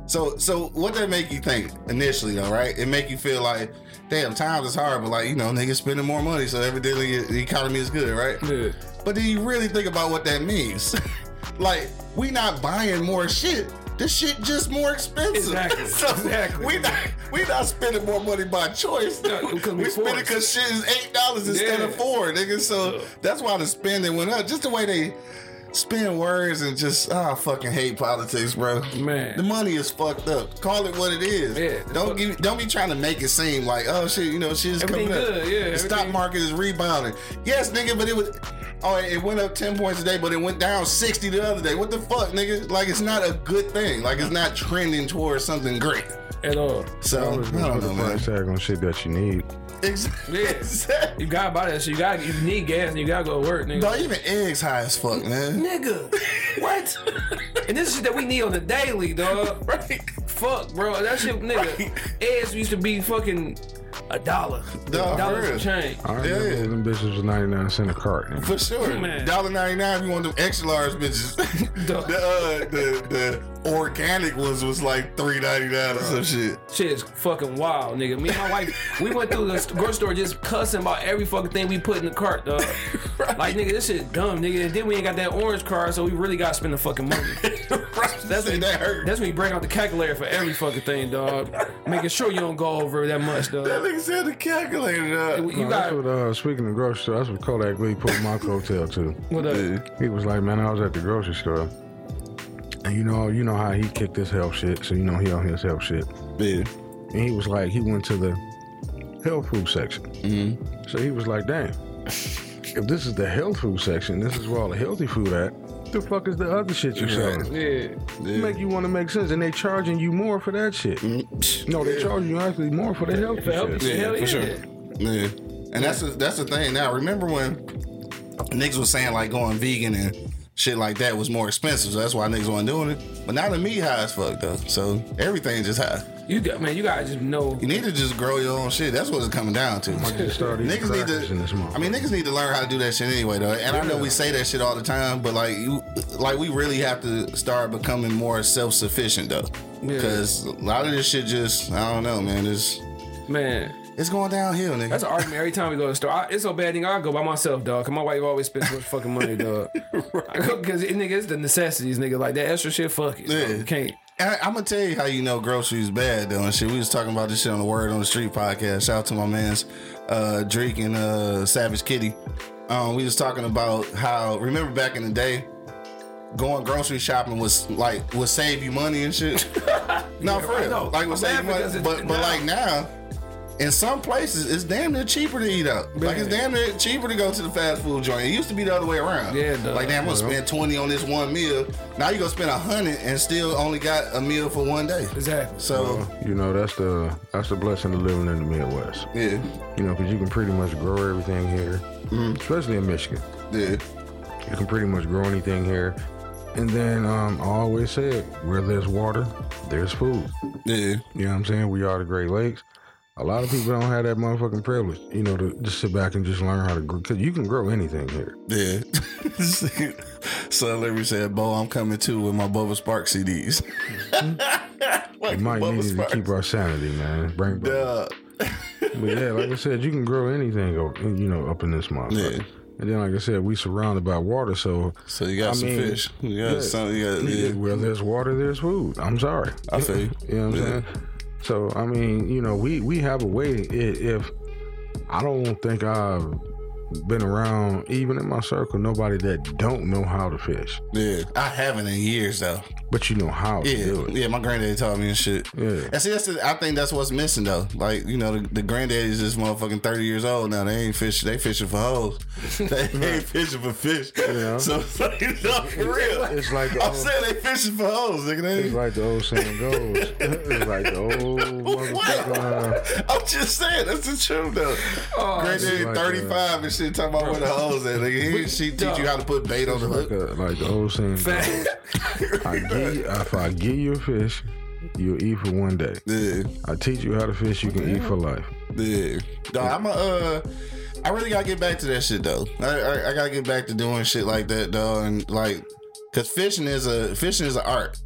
So, so what that make you think initially though, right? It make you feel like, damn, times is hard, but like you know, niggas spending more money, so everything the economy is good, right? Yeah. But then you really think about what that means. like, we not buying more shit. This shit just more expensive. Exactly. Exactly. We not we not spending more money by choice. No, 'cause we we spending forced. because shit is eight dollars instead of Yeah. four, nigga. So that's why the spending went up. Just the way they spin words and just ah, I fucking hate politics, bro. Man. the money is fucked up. Call it what it is. Yeah. Don't give, don't be trying to make it seem like oh shit, you know shit is coming Everything up. good, yeah, The stock everything- market is rebounding. Yes, nigga, but it was. Oh, it went up ten points today, but it went down sixty the other day. What the fuck, nigga? Like it's not a good thing. Like it's not trending towards something great. At all. So Always I gonna don't put know, a man. price tag on shit that you need. Exactly. Yeah. You gotta buy that shit. You gotta you need gas and you gotta go to work, nigga. Dog, even eggs high as fuck, man. nigga. What? and this is shit that we need on the daily, dog. Right. Fuck, bro. That shit, nigga. Right. Eggs used to be fucking a dollar. Dog, dollar for some real. change. I Yeah, remember yeah. them bitches was 99 cent a cart. nigga. For sure. Man. Dollar ninety nine if you want them extra large bitches. the, Dog. uh, the the organic ones was like three ninety nine or some shit. Shit is fucking wild, nigga. Me and my wife, we went through the grocery store just cussing about every fucking thing we put in the cart, dog. Like, nigga, this shit dumb, nigga. And then we ain't got that orange card, so we really gotta spend the fucking money. That's That's when, you- that hurt. that's when you bring out the calculator for every fucking thing, dog. Making sure you don't go over that much, that dog. nigga said the calculator. Dog. You No, that's got what, uh, speaking of grocery store, that's what Kodak Lee put my coattail to. what up? He was like, man, I was at the grocery store. And you know, you know how he kicked his health shit, so you know he on his health shit. Yeah. And he was like, he went to the health food section. So he was like, damn, if this is the health food section, this is where all the healthy food at. The fuck is the other shit you Right. selling? Yeah. Make you want to make sense, and they charging you more for that shit. No, they charging you actually more for the healthy For healthy shit. shit, hell yeah. Yeah, and that's the, that's the thing. Now, remember when niggas was saying like going vegan and shit like that was more expensive, so that's why niggas wasn't doing it. But now the meat high as fuck though, so everything just high. You got man, you gotta just know. You need to just grow your own shit. That's what it's coming down to. Just started eating Niggas need crackers in this to. motherfucker. I mean, niggas need to learn how to do that shit anyway, though. And I know we say that shit all the time, but like you, like we really have to start becoming more self sufficient though, because a lot of this shit just I don't know, man. It's Man, it's going downhill, nigga. that's an argument every time we go to the store. I, it's so bad, nigga. I go by myself, dog. Cause my wife always spends so much fucking money, dog. Because it, nigga, it's the necessities, nigga. Like that extra shit, fuck it. Yeah. dog. You can't. I, I'm gonna tell you how you know groceries bad though and shit. We was talking about this shit on the Word on the Street podcast. Shout out to my man's uh, Drake and uh, Savage Kitty. Um, we was talking about how remember back in the day, going grocery shopping was like would save you money and shit. no, for I real. know. Like I'm would save you laughing money, 'cause it's- but but now- like now. In some places, it's damn near cheaper to eat out. Like it's damn near cheaper to go to the fast food joint. It used to be the other way around. Yeah, duh. like damn, I'm gonna spend twenty on this one meal. Now you gonna spend a hundred and still only got a meal for one day. Exactly. So You know, that's the that's the blessing of living in the Midwest. yeah, You know, because you can pretty much grow everything here, Mm-hmm. especially in Michigan. yeah, You can pretty much grow anything here. And then um, I always said, where there's water, there's food. yeah, You know what I'm saying? We are the Great Lakes. A lot of people don't have that motherfucking privilege, you know, to just sit back and just learn how to grow. Because you can grow anything here. yeah. so Larry said, "Bo, I'm coming too with my Bubba Spark CDs." We like might need to keep our sanity, man. Bring back. Duh. But yeah, like I said, you can grow anything, o- you know, up in this motherfucker. Yeah. And then, like I said, we surrounded by water, so So you got I some mean, fish. You got yeah. some. You got yeah. yeah, where there's water, there's food. I'm sorry. I feel you. You know what I'm Yeah. saying? So I mean, you know, we we have a way. I- If I don't think I've been around, even in my circle, nobody that don't know how to fish. Yeah, I haven't in years though. But you know how to do Yeah, it. yeah. My granddaddy taught me and shit. Yeah. And see, that's the, I think that's what's missing though. Like you know, the, the granddaddy's just motherfucking thirty years old now. They ain't fish. They fishing for hoes. They ain't fishing for fish. Yeah. So it's like, no, for real. It's like the I'm old, saying they fishing for hoes, nigga. They it's ain't- like the old saying goes. It's like the old motherfucker. What? I'm just saying, that's the truth though. Granddaddy like, uh, 35 and shit talking about where the hoes at. Nigga. He, she teach you how to put bait on the Like, hook. a, like the old saying goes. I give you, if I give you a fish, you'll eat for one day. Yeah, I teach you how to fish, you can eat for life. yeah. No, I'm a, uh, I really gotta get back to that shit though. I, I, I gotta get back to doing shit like that though, and like, cause fishing is a fishing is an art.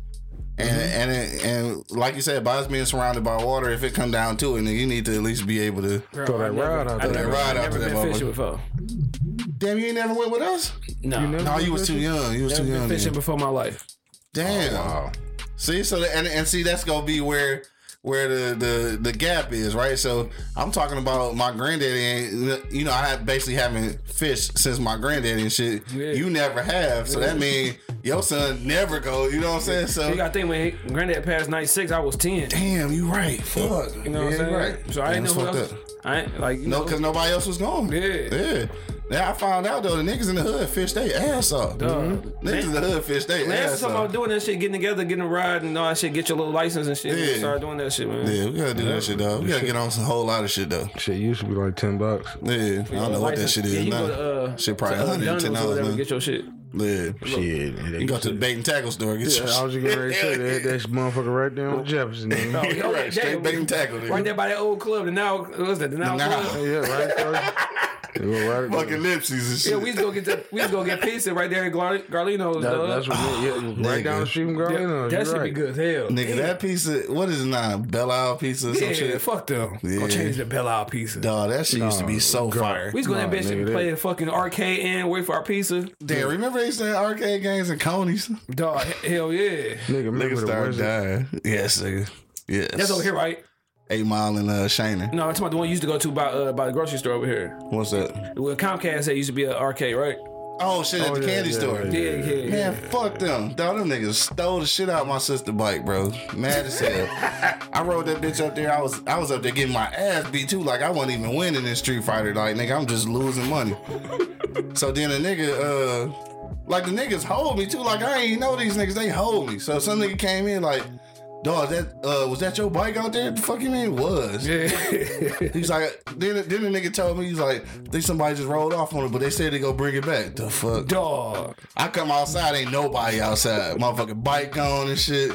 And and it, and like you said, by us being surrounded by water, if it come down to it, then you need to at least be able to. Throw that rod out I there. never, rod out I never to that been fishing motherfucker. before. Damn, you ain't never went with us. No, never No, you was too young. You was too young. been fishing then. before my life. Damn. Wow. See, so the, and and see that's gonna be where where the, the the gap is, right? So I'm talking about my granddaddy, ain't, you know, I had- basically haven't fished since my granddaddy and shit. You never have, so that mean your son never go. You know what I'm saying? You So got to think when he- granddad passed ninety six, I was ten. damn, you right. Fuck, You know what I'm Yeah, saying? you So I ain't Damn, know who that's else. fucked up. I ain't like you No, know, because nobody else was going. Yeah. yeah. Now I found out though, the niggas in the hood fish they ass off. Niggas in the hood fish they Man, that's ass something off. about doing that shit, getting together, getting a ride, and all that shit. Get your little license and shit. Yeah. Start doing that shit, man. Yeah, we gotta do that shit though. We gotta get on some whole lot of shit though. Shit used to be like 10 bucks. Yeah, I don't know what that License. shit is Yeah, you now. go to, uh, shit probably to hundred and ten O'Donnell's or whatever, dollars. Get your shit. Yeah, Shit. and they you go to the used bait and tackle store. Get Yeah, I was just getting ready to say that. That's motherfucker right there on Jefferson. No. You're Oh, right, yeah, straight yeah, bait and tackle. Nigga. Right there by that old club. The now, what's that? The now, Now. club. yeah, right there. They were right Fucking lipsies and shit. Yeah, we just go get that, we just go get pizza right there at Gar- Garlino's. That, dog. that's what, yeah, right Nigga. down the street from Yeah, Garlino. that You're should right. be good as hell. Nigga, that piece of what is it now? Belle Isle pizza or some yeah, shit. fuck them. Yeah. Go change the Bell Isle pizza. Dog, that shit used to be so God. fire. We just go to that Nah, bitch nigga, and that- play a fucking arcade and wait for our pizza. Damn, remember they used to have arcade games and conies? Dog, he- hell yeah. Nigga, remember Niggas the started Wizard? dying. Yes, nigga. Yes. That's over here, right? Eight Mile and uh, Shannon. No, I'm talking about the one you used to go to by uh, by the grocery store over here. What's that? Well, Comcast that used to be an arcade, right? Oh, shit, at Oh, the yeah, candy yeah, store. yeah. Yeah, yeah. yeah. Man, fuck them. Dog, them niggas stole the shit out of my sister bike, bro. Mad as hell. I rode that bitch up there. I was I was up there getting my ass beat too. Like I wasn't even winning in Street Fighter. Like nigga, I'm just losing money. so then a nigga, uh, like the niggas hold me too. Like I ain't know these niggas, they hold me. So some nigga came in like, dog, that uh was that your bike out there? The fuck you mean was? He's like, then then the nigga told me he's like, think somebody just rolled off on it, but they said they go bring it back. The fuck. Dog. I come outside, ain't nobody outside. Motherfucking bike on and shit.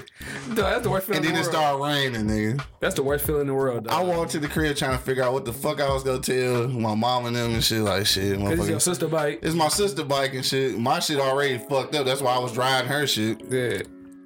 Dog, that's the worst feeling And in then the it world. started raining, nigga. that's the worst feeling in the world, I dog. walked to the crib trying to figure out what the fuck I was gonna tell my mom and them and shit. Like shit, This is your motherfucker. sister bike. It's my sister bike and shit. My shit already fucked up. That's why I was driving her shit. Yeah.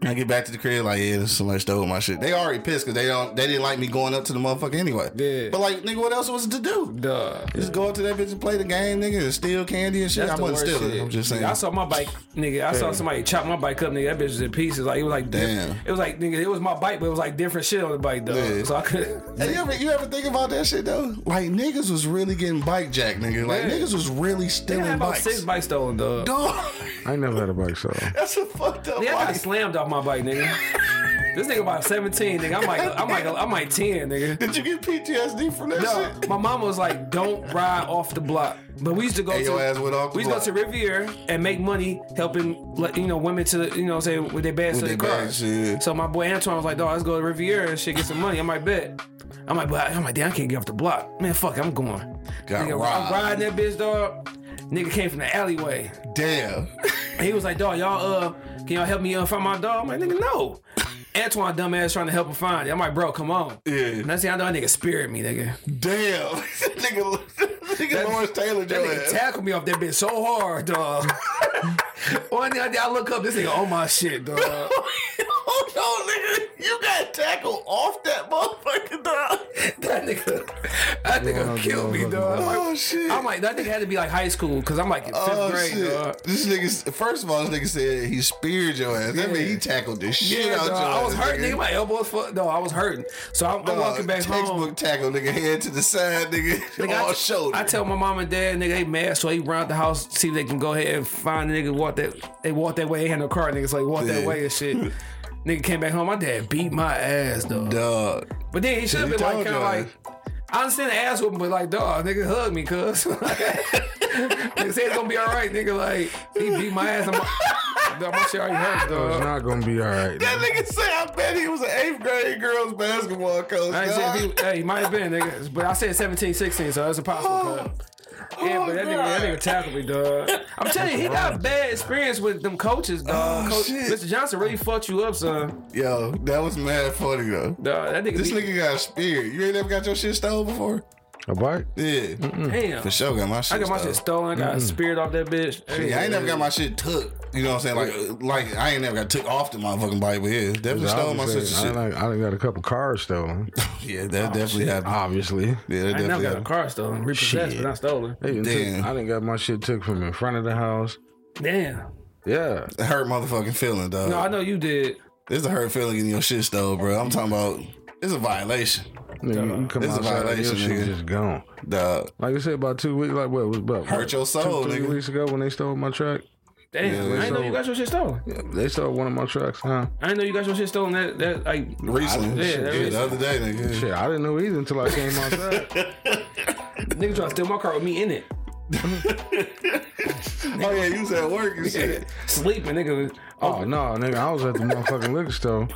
I get back to the crib like, yeah, somebody stole my shit. They already pissed because they don't they didn't like me going up to the motherfucker anyway. Yeah. But like, nigga, what else was to do? Dog. Just go up to that bitch and play the game, nigga, and steal candy and shit. That's I the wasn't worst stealing. shit. I'm just Nigga, saying. I saw my bike, nigga. I saw somebody chop my bike up, nigga. That bitch was in pieces. Like it was like Damn. It was like nigga. It was my bike, but it was like different shit on the bike, though. Yeah. So I could. Hey, you ever you ever think about that shit though? Like niggas was really getting bike jacked, nigga. Like Yeah. niggas was really I had stealing about bikes. six bikes stolen, dog. Dog, I ain't never had a bike, so. that's a fucked up Yeah, I got life. slammed off my bike, nigga. this nigga about 17, nigga. I'm like, I'm like, I'm like 10, nigga. Did you get PTSD from that No, shit? my mama was like, don't ride off the block. But we used to go Hey, to your ass went off the we used to go block. to Riviera and make money helping, like, you know, women to you know, say with their bags With to their their cars. bags, yeah. So my boy Antoine was like, dog, let's go to Riviera and shit, get some money. I'm like, bet. I'm like, but I'm like, damn, I can't get off the block. Man, fuck, it, I'm going. Got Nigga, robbed. I'm riding that bitch, dog. Nigga came from the alleyway. Damn. And he was like, dog, y'all, uh, can y'all help me uh, find my dog? I'm like, nigga, no. Antoine, dumbass, trying to help him find it. I'm like, bro, come on. Yeah. And I see, I know that nigga speared me, nigga. Damn. nigga, nigga Lawrence Taylor That your nigga ass. tackled me off that bitch so hard, dog. One day I did- I look up, this nigga on my shit, dog. Hold on, nigga. You got tackled off that motherfucker, dog. That nigga, I That nigga killed me, dog. I'm like, Oh shit. I'm like, that nigga had to be like high school because I'm like in fifth Oh grade, shit! dog. This nigga, first of all, this nigga said he speared your ass. That mean he tackled the shit Yeah, out dog, your ass. I was hurting, nigga. My elbow was fucked. No, I was hurting. So I'm, I'm Dog, walking back textbook home. tackle, nigga. Head to the side, nigga. Nigga, all I, shoulder. I tell my mom and dad, nigga, they mad, so they round the house, see if they can go ahead and find the nigga walk that they walk that way, ain't had no car, nigga, so they walk Yeah. that way and shit. nigga came back home, my dad beat my ass though. Dog. But then he should have He been like told kinda you. like I understand the ass whooping, but like, dog, nigga, hug me, cuz. nigga say it's gonna be alright, nigga. Like, he beat my ass. I'm like, dog, my shit already hurts, It's dog. not gonna be all right. That nigga said, I bet he was an eighth grade girls basketball coach. I ain't dog. said if he, hey, he might have been, nigga. But I said 17, 16, so that's impossible. Oh. cuz. yeah, but that nigga, that nigga tackled me, dog. I'm telling you, he got bad experience with them coaches, dog. Oh, Coach- shit. Mr. Johnson really fucked you up, son. Yo, that was mad funny though. Dog, that nigga, This be- nigga got speared. You ain't ever got your shit stolen before? A bite? Yeah. damn. For sure got my shit I got my shit stolen. I got speared off that bitch. Yeah, I ain't never got my shit took. You know what I'm saying? Like, like I ain't never got took off the motherfucking bike, but yeah, definitely stole my Obviously, sister's I shit. done- I done got a couple cars stolen. Yeah, that definitely happened. Obviously. Yeah, that Oh, I ain't never definitely got a happened. car stolen, repossessed, Shit. but not stolen. They done Damn. took, I didn't got my shit took from in front of the house. Damn. Yeah. It Hurt motherfucking feeling, dog. No, I know you did. It's a hurt feeling in your shit stole, bro. I'm talking about it's a violation, Nigga, you- you come It's a outside, your violation, shit nigga. just gone. dog. Like I said, about two weeks, like what was about Hurt your soul, two, three nigga. weeks ago when they stole my truck. Damn, I didn't know you got your shit stolen. Yeah, They stole one of my trucks, huh? I didn't know you got your shit stolen. That that like Recently, yeah, yeah, that is- the other day, nigga. Shit, I didn't know either until I came outside. nigga trying to steal my car with me in it. Oh yeah, you was at work and shit. Sleeping, nigga. Oh, oh no, nigga, I was at the motherfucking liquor store,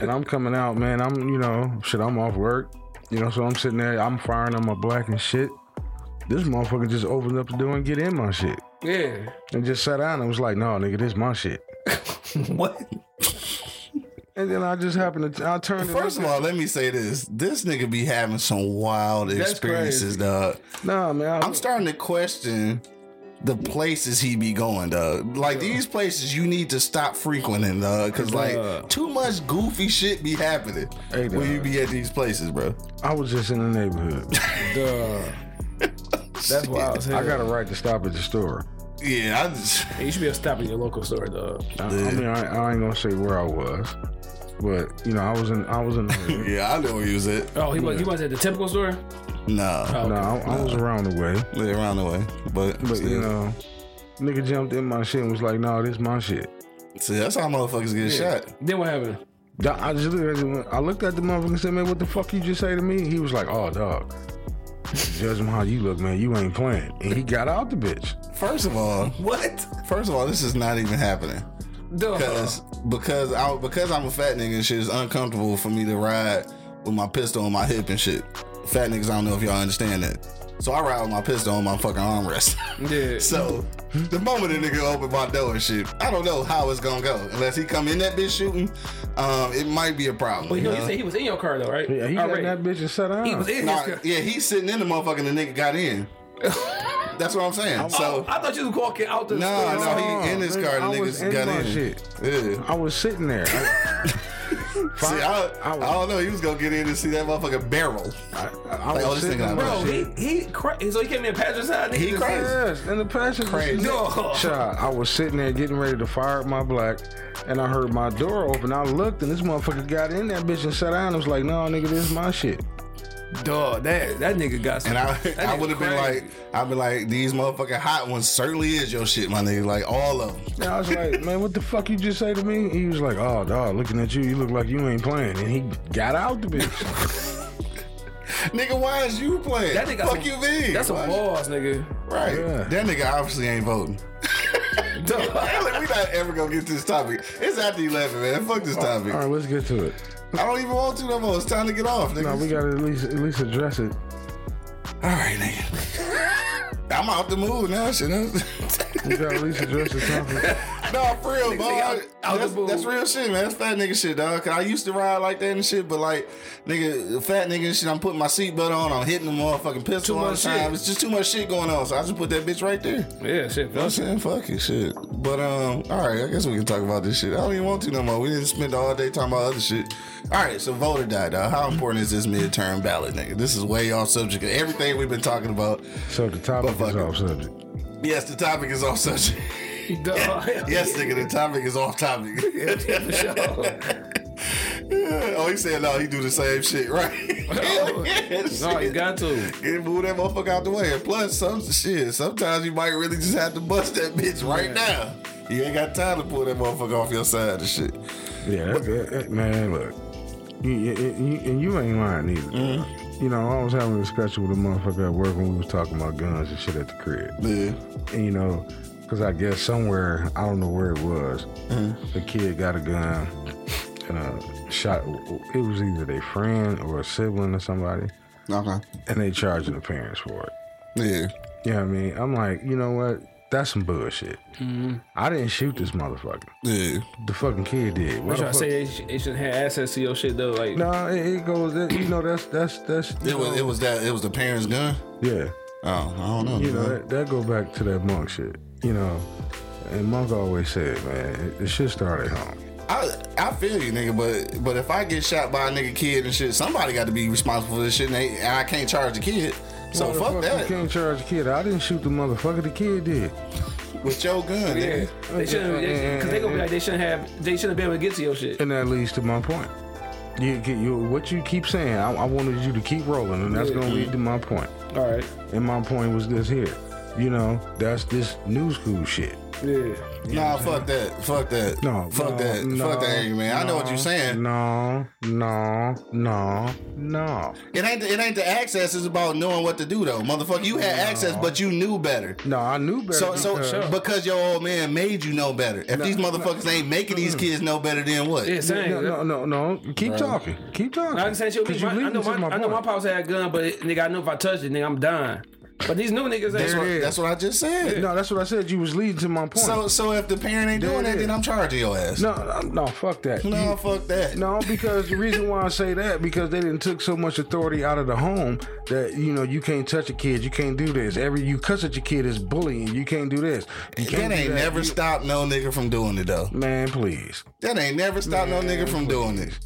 and I'm coming out, man. I'm, you know, shit, I'm off work, you know, so I'm sitting there, I'm firing on my black and shit. This motherfucker just opened up the door and get in my shit, yeah. and just sat down and was like, "No, nigga, this my shit." What? And then I just happened to, I turned. First of all, let me say this: this nigga be having some wild experiences, dog. no, man, I, I'm starting to question the places he be going, dog. Like these places, you need to stop frequenting, dog, because like too much goofy shit be happening Hey, when you dog. be at these places, bro. I was just in the neighborhood. That's wild. I I got a right to stop at the store. Yeah, I just you should be able to stop at your local store, dog. I, I mean, I, I ain't gonna say where I was, but you know, I was in, I was in. The hood. yeah, I know where he was at. Oh, he was he was at the typical store. Nah, No, I, I was around the way, they around the way, but, but still. you know, nigga jumped in my shit and was like, "No, this my shit." see, that's how motherfuckers get shot. Then what happened? Dog, I just looked at him, I looked at the motherfucker and said, "Man, what the fuck you just say to me?" He was like, "Oh, dog." Judge him how you look, man. You ain't playing. And he got out the bitch. First of all, what? First of all, this is not even happening. Dog. because because I because I'm a fat nigga and shit, it's uncomfortable for me to ride with my pistol on my hip and shit. Fat niggas, I don't know if y'all understand that. So I ride with my pistol on my fucking armrest. Yeah. so the moment a nigga open my door and shit, I don't know how it's gonna go. Unless he come in that bitch shooting, um, it might be a problem. But you know, you you know? said he was in your car though, right? Yeah, he got in Already. that bitch and sat down. Oh, He was in Nah, his car. yeah, he's sitting in the motherfucker and the nigga got in. That's what I'm saying. So I thought you was walking out the no, store. no, Oh, he in his nigga, car. The I was niggas in got my in. shit. Yeah. I was sitting there. I, See, I, I, I was- don't know. He was gonna get in and see that motherfucker barrel. I, I Like, oh, was this sitting there. nigga not Bro, he he cra- so he came in passenger side. Nigga, He just- crazy. Yes, and the passion Crazy. No. Child, I was sitting there getting ready to fire up my black, and I heard my door open. I looked, and this motherfucker got in that bitch and sat down. and was like, "No, nigga, this is my shit." Dog, that that nigga got some. And I, that I nigga would have been crazy. like, I'd be like, these motherfucking hot ones certainly is your shit, my nigga. Like all of them. And I was like, "Man, what the fuck you just say to me?" He was like, "Oh, dog, looking at you, you look like you ain't playing." And he got out the bitch. Nigga, why is you playing? that nigga got Fuck some, you, mean? That's Why- some balls, nigga. Right. Yeah. That nigga obviously ain't voting. Dog. Like, we not ever gonna get to this topic. It's after eleven, man. Fuck this topic. All right, let's get to it. I don't even want to no more. It's time to get off, nigga. No, we gotta at least at least address it. All right, nigga. I'm out the mood now. Shit. You got at least address the topic. No, for real, bro. I- say, out- out the That's, booth. that's real shit, man. That's fat nigga shit, dog. Cause I used to ride like that and shit, but like, nigga, fat nigga shit. I'm putting my seatbelt on. I'm hitting the motherfucking pistol Too all much the shit. time. It's just too much shit going on. So I just put that bitch right there. You Yeah, shit. know what I'm fuck it. saying? Fuck it, shit. But um, all right. I guess we can talk about this shit. I don't even want to no more. We didn't spend all day talking about other shit. All right. So voter die, dog. How important is this midterm ballot, nigga? This is way off subject. of Everything we've been talking about. So the topic But is fuck off subject. Yes, the topic is off subject. Yes, nigga, the topic is off topic. oh, he said no, he do the same shit, right? No, Oh, you got to. Get move that motherfucker out the way. And plus, some shit, sometimes you might really just have to bust that bitch right now. You ain't got time to pull that motherfucker off your side and shit. Yeah, that, that, that- man, look. You, you, you- and you ain't lying either. dog. You know, I was having a discussion with a motherfucker at work when we was talking about guns and shit at the crib. Yeah. And, you know, because I guess somewhere, I don't know where it was, a kid got a gun and uh, shot, it was either their friend or a sibling or somebody, Okay. and they charging the parents for it. Yeah. You know what I mean? I'm like, you know what? That's some bullshit. I didn't shoot this motherfucker. Yeah. The fucking kid did. Why the I'm trying to fuck- say they, sh- they shouldn't have access to your shit though. Like, No, it, it goes. It, you know, that's that's that's. you It was it know, was that it was the parents' gun. yeah. Oh, I don't know. You know man. that, that go back to that monk shit. You know, and monk always said, man, it, it should start at home. I I feel you, nigga, but but if I get shot by a nigga kid and shit, somebody got to be responsible for this shit, and, they, and I can't charge the kid. So Motherfucker, Oh, fuck You that can't charge the kid. I didn't shoot the motherfucker. The kid did. with your gun, yeah, nigga. they shouldn't. Because they, gonna be like they shouldn't have. They shouldn't be able to get to your shit. And that leads to my point. You, you what you keep saying. I, I wanted you to keep rolling, and that's gonna lead to my point. All right. And my point was this here. You know, that's this new school shit. Yeah. Nah, fuck that, fuck that, No, fuck no, that, no, fuck that, angry man. I know what you're saying. No, no, no, no. It ain't the, it ain't the access. It's about knowing what to do though, motherfucker. You had access, but you knew better. No, I knew better. So, so because- because your old man made you know better. If these motherfuckers ain't making these kids know better, then what? Yeah. Same. no, no, no, no. Keep talking. Keep talking. I understand shit. 'Cause My, I, leading know to my, I know my point. pops had a gun, but it, nigga, I know if I touch it, nigga, I'm dying. But these new niggas That's ain't. what, that's what I just said. No, that's what I said. You was leading to my point. So, so if the parent ain't There it doing that, then is. I'm charging your ass. no, no, no, fuck that. No, fuck that. No, because the reason why I say that because they didn't took so much authority out of the home that you know you can't touch a kid, you can't do this. Every you cuss at your kid is bullying. You can't do this. You can't That do ain't never stopped no nigga from doing it though. Man, please. That ain't never stopped no nigga from doing it.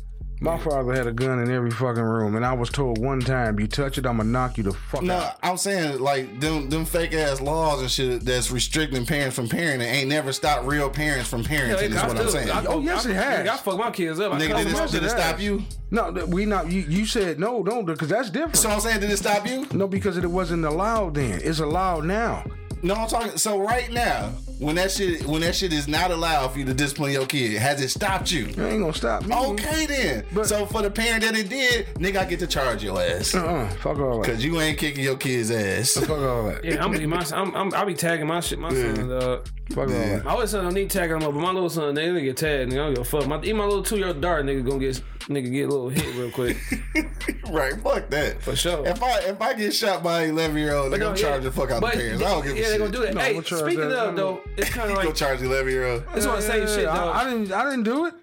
My father had a gun in every fucking room, and I was told one time, "You touch it, I'ma knock you the fuck No, out." I'm saying like them them fake ass laws and shit that's restricting parents from parenting ain't never stopped real parents from parenting. Nigga, Is I what I'm still- saying. I- Oh, yes, I- it has. Nigga, I fuck my kids up. I Nigga, cuss did them it, up. did it stop you? No, that we not. You, you said no, don't, because that's different. So I'm saying, did it stop you? no, because it wasn't allowed then. It's allowed now. No, I'm talking. So right now, when that shit when that shit is not allowed for you to discipline your kid, has it stopped you? It ain't gonna stop me. Okay then. Mm-hmm. But- so for the parent that it did, nigga, I get to charge your ass Uh-uh. Fuck all that. because you ain't kicking your kid's ass. Fuck all that. Yeah, I'm be my, I'm, I'm, I be tagging my shit, my son. Dog. Fuck all that. My older son don't need tagging him up, but my little son, they gonna get tagged. Nigga, I don't give a fuck. My, even my little two year old daughter, nigga, gonna get, nigga, get a little hit real quick. Right, fuck that. For sure. If I if I get shot by an eleven year old, they No, gonna charge yeah. the fuck out But the parents. I don't give a Yeah, they shit. gonna do that. No, hey, we'll charge speaking that. of though, it's kind of He gonna like charge the eleven year old. it's on the same shit I- though. I, didn't. I didn't do it.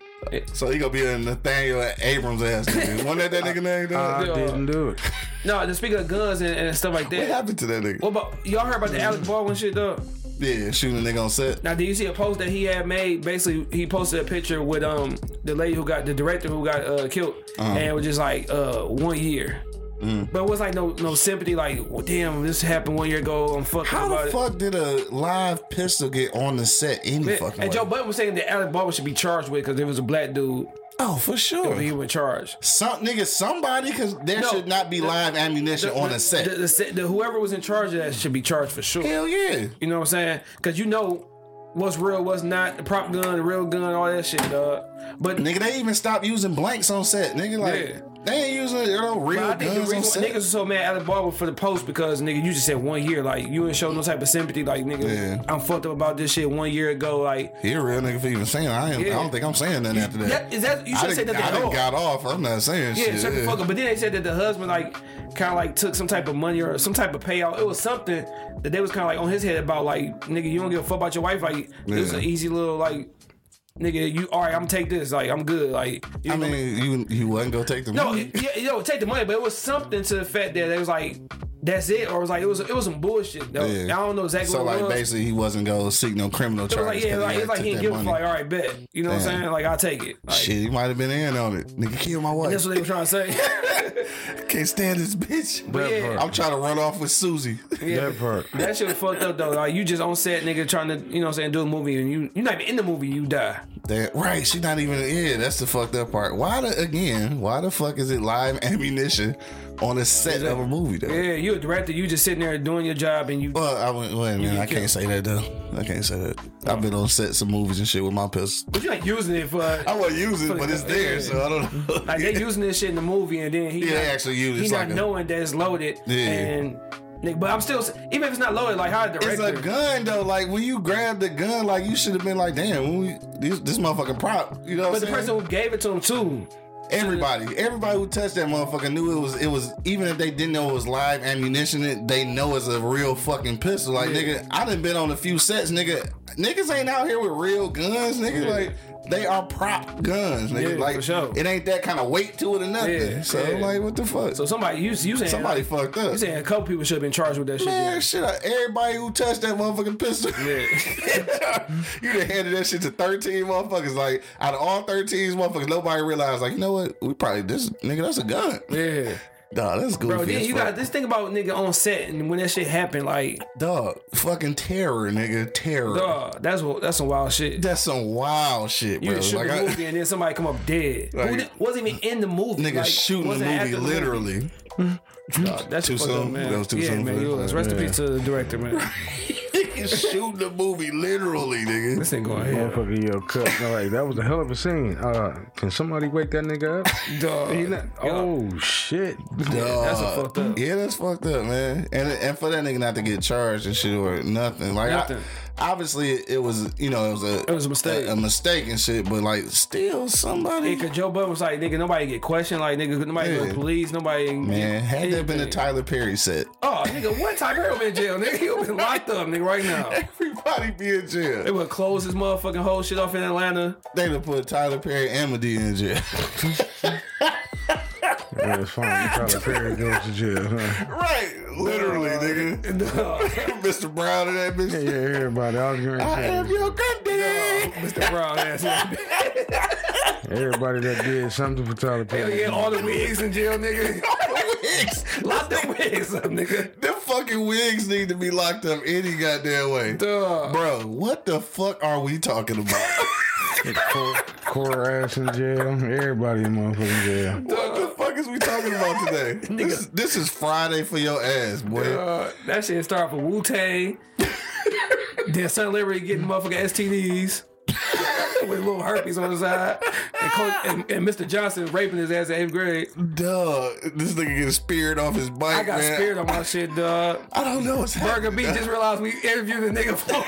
So he gonna be a Nathaniel Abrams ass nigga. One that that nigga name. dog? I Yeah. didn't do it. no, just speaking of guns and, and stuff like What that. happened Mm-hmm. to that nigga? What about y'all heard about the Alec Baldwin shit though? Yeah, shooting a nigga on set. Now, did you see a post that he had made? Basically, he posted a picture with um the lady who got the director who got uh, killed, Uh-huh. and it was just like uh one year. Mm. But it was like no no sympathy. Like, well, damn, this happened one year ago. I'm fucking How about the it. fuck did a live pistol get on the set any Yeah, fucking And way? Joe Budden was saying that Alec Baldwin should be charged with because it was a black dude. oh, for sure. He was charged. Some nigga, somebody, because there No. should not be live ammunition on a set. The, the set- the- whoever was in charge of that should be charged for sure. Hell yeah. You know what I'm saying? Because you know what's real, what's not. The prop gun, the real gun, all that shit, dog. But Nigga, they even stopped using blanks on set. Nigga, like Yeah. They ain't using you know, real But I think the guns on reason set. why niggas are so mad at Alec Baldwin for the post because nigga, you just said one year, like you ain't show no type of sympathy, like nigga, Yeah. I'm fucked up about this shit one year ago, like He a real nigga for even saying. I, ain't, I don't think I'm saying nothing after that. that is that you I should done- say that I at done all. got off. I'm not saying Yeah, shit. shut the fuck up. But then they said that the husband like kind of like took some type of money or some type of payout. It was something that they was kind of like on his head about like nigga, you don't give a fuck about your wife. Like it was Yeah. an easy little like nigga, you all right? I'm take this. Like I'm good. Like you I know what mean, you you wasn't gonna take the No, money. yeah, yo, take the money, but it was something to the fact that it was like, that's it, or it was like it was it was some bullshit. Though. Yeah. I don't know exactly So what like it was. basically he wasn't gonna seek no criminal it was charges. like yeah, 'cause like, it's like took he that didn't give a fuck. money. Like all right, bet. You know what I'm Damn. saying? Like I'll take it. Like, Shit, he might have been in on it. Nigga killed my wife. That's what they were trying to say. Can't stand this bitch. That yeah. part. I'm trying to run off with Susie. That part. that shit was fucked up though. Like you just on set, nigga, trying to you know what I'm saying do a movie and you you're not even in the movie, you die. That- right, she not even yeah, that's the fucked up part. Why the again, why the fuck is it live ammunition on a set of a movie though? Yeah, you a director, you just sitting there doing your job and you. Well, I went, wait a minute, I can't say that though. I can't say that. I've been on sets of movies and shit with my pistol. But you ain't using it for. I wasn't using it, but it's there, so I don't know. Like they using this shit in the movie, and then he Yeah, not, they actually use it. he It's not like a- knowing that it's loaded. Yeah. And nigga, but I'm still even if it's not loaded, like how a It's director. a gun though. Like when you grab the gun, like you should have been like, damn, when we, this this motherfucking prop. You know, but what the I'm saying? person who gave it to him too. Everybody, everybody who touched that motherfucker knew it was it was even if they didn't know it was live ammunition, it, they know it's a real fucking pistol. Like nigga, I done been on a few sets, nigga. Niggas ain't out here with real guns, nigga. Like they are prop guns, nigga. Yeah, like for sure. it ain't that kind of weight to it or nothing. Yeah, so yeah. like what the fuck? So somebody you you saying Somebody like, fucked up. you saying a couple people should have been charged with that shit. Man, then. shit, I- everybody who touched that motherfucking pistol. you done handed that shit to 13 motherfuckers. Like, out of all 13 motherfuckers, nobody realized, like, you know what? We probably, this nigga, that's a gun. Yeah, Dog, that's goofy. bro. Then as you fuck. got this thing about nigga on set, and when that shit happened, like, Dog, fucking terror, nigga. Terror. dog, that's what that's some wild shit. That's some wild shit, You bro. shoot Like, the I, movie and then somebody come up dead. Like- Who di- wasn't even in the movie. nigga like, shooting the wasn't at movie, literally. Dog, that's Too fucked up, soon? man. That was too yeah, soon for man. that. you was- Rest in peace to the director, man. shooting the movie, literally, nigga. This ain't going ahead. Motherfucker, yo, cut. No, like, that was a hell of a scene. Uh, can somebody wake that nigga up? Dog. He not- oh shit! That's Dog. a fucked up. Uh, Yeah, that's fucked up, man. And and for that nigga not to get charged and shit or nothing, like I- Nothing. obviously it was you know it was a It was a mistake. a, mistake and shit, but like still somebody. Yeah, cause Joe Budden was like, nigga, nobody get questioned, like nigga, nobody go Yeah. to police, nobody. Man, had that been a anything. Tyler Perry set, Oh, nigga, one time Harry been in jail, nigga, he been locked up, nigga, right now. everybody be in They jail. would close his motherfucking whole shit off in Atlanta. They'd have put Tyler Perry and Medea in jail. Yeah, it's fine. You probably Perry goes to jail, huh? right, literally, nigga. Mr. Brown and that Yeah, bitch. yeah, everybody. I was gonna I am say, your granddaddy. Mr. Brown ass. nigga. everybody that did something for Tyler They Perry. get all the wigs in jail, nigga. Wigs. Lock the wigs up, nigga. Them fucking wigs need to be locked up any goddamn way. Duh. Bro, what the fuck are we talking about? Cor- Cora ass in jail. Everybody in motherfucking jail. what the fuck is we talking about today? this, this is Friday for your ass, boy. Uh, that shit started with Wu Tang. then Son Liberty getting motherfucking STDs with little herpes on his side. And, Coach, and, and Mr. Johnson raping his ass in eighth grade. Duh, this nigga getting speared off his bike. I got man. scared on my shit, dog. I don't know what's Burger B happening. just realized we interviewed a nigga from,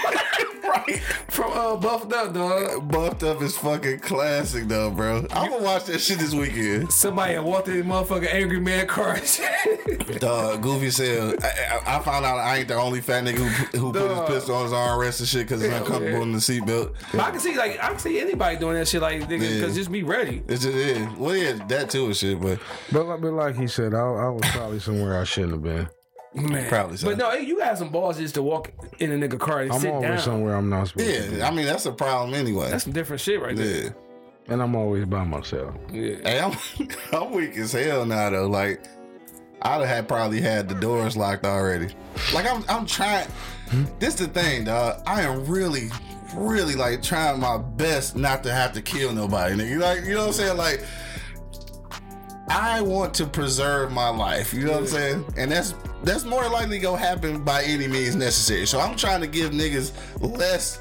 Right. from uh, Buffed Up, dog. Buffed up is fucking classic though, bro. I'm gonna watch that shit this weekend. Somebody had walked in his motherfucking angry man car and shit. Dog, goofy said. I, I- I found out I ain't the only fat nigga who, who put his Dog. pistol on his armrest and shit because it's uncomfortable in the seatbelt. But I can see like I can see anybody doing that shit like nigga, Yeah. cause just be ready. It just is. Well, yeah, that too and shit, but But, like- but like he said, I, I was probably somewhere I shouldn't have been. Man. Probably so. But no, you got some balls just to walk in a nigga car and I'm sit always down. somewhere I'm not supposed to be, yeah, I mean that's a problem anyway. That's some different shit right there. yeah. and I'm always by myself. Hey, I'm, I'm weak as hell now though. Like I'd have had probably had the doors locked already. Like I'm I'm trying. This the thing, dog. I am really, really like trying my best not to have to kill nobody, nigga. Like you know what I'm saying? Like I want to preserve my life. You know what I'm saying? And that's that's more likely gonna happen by any means necessary. So I'm trying to give niggas less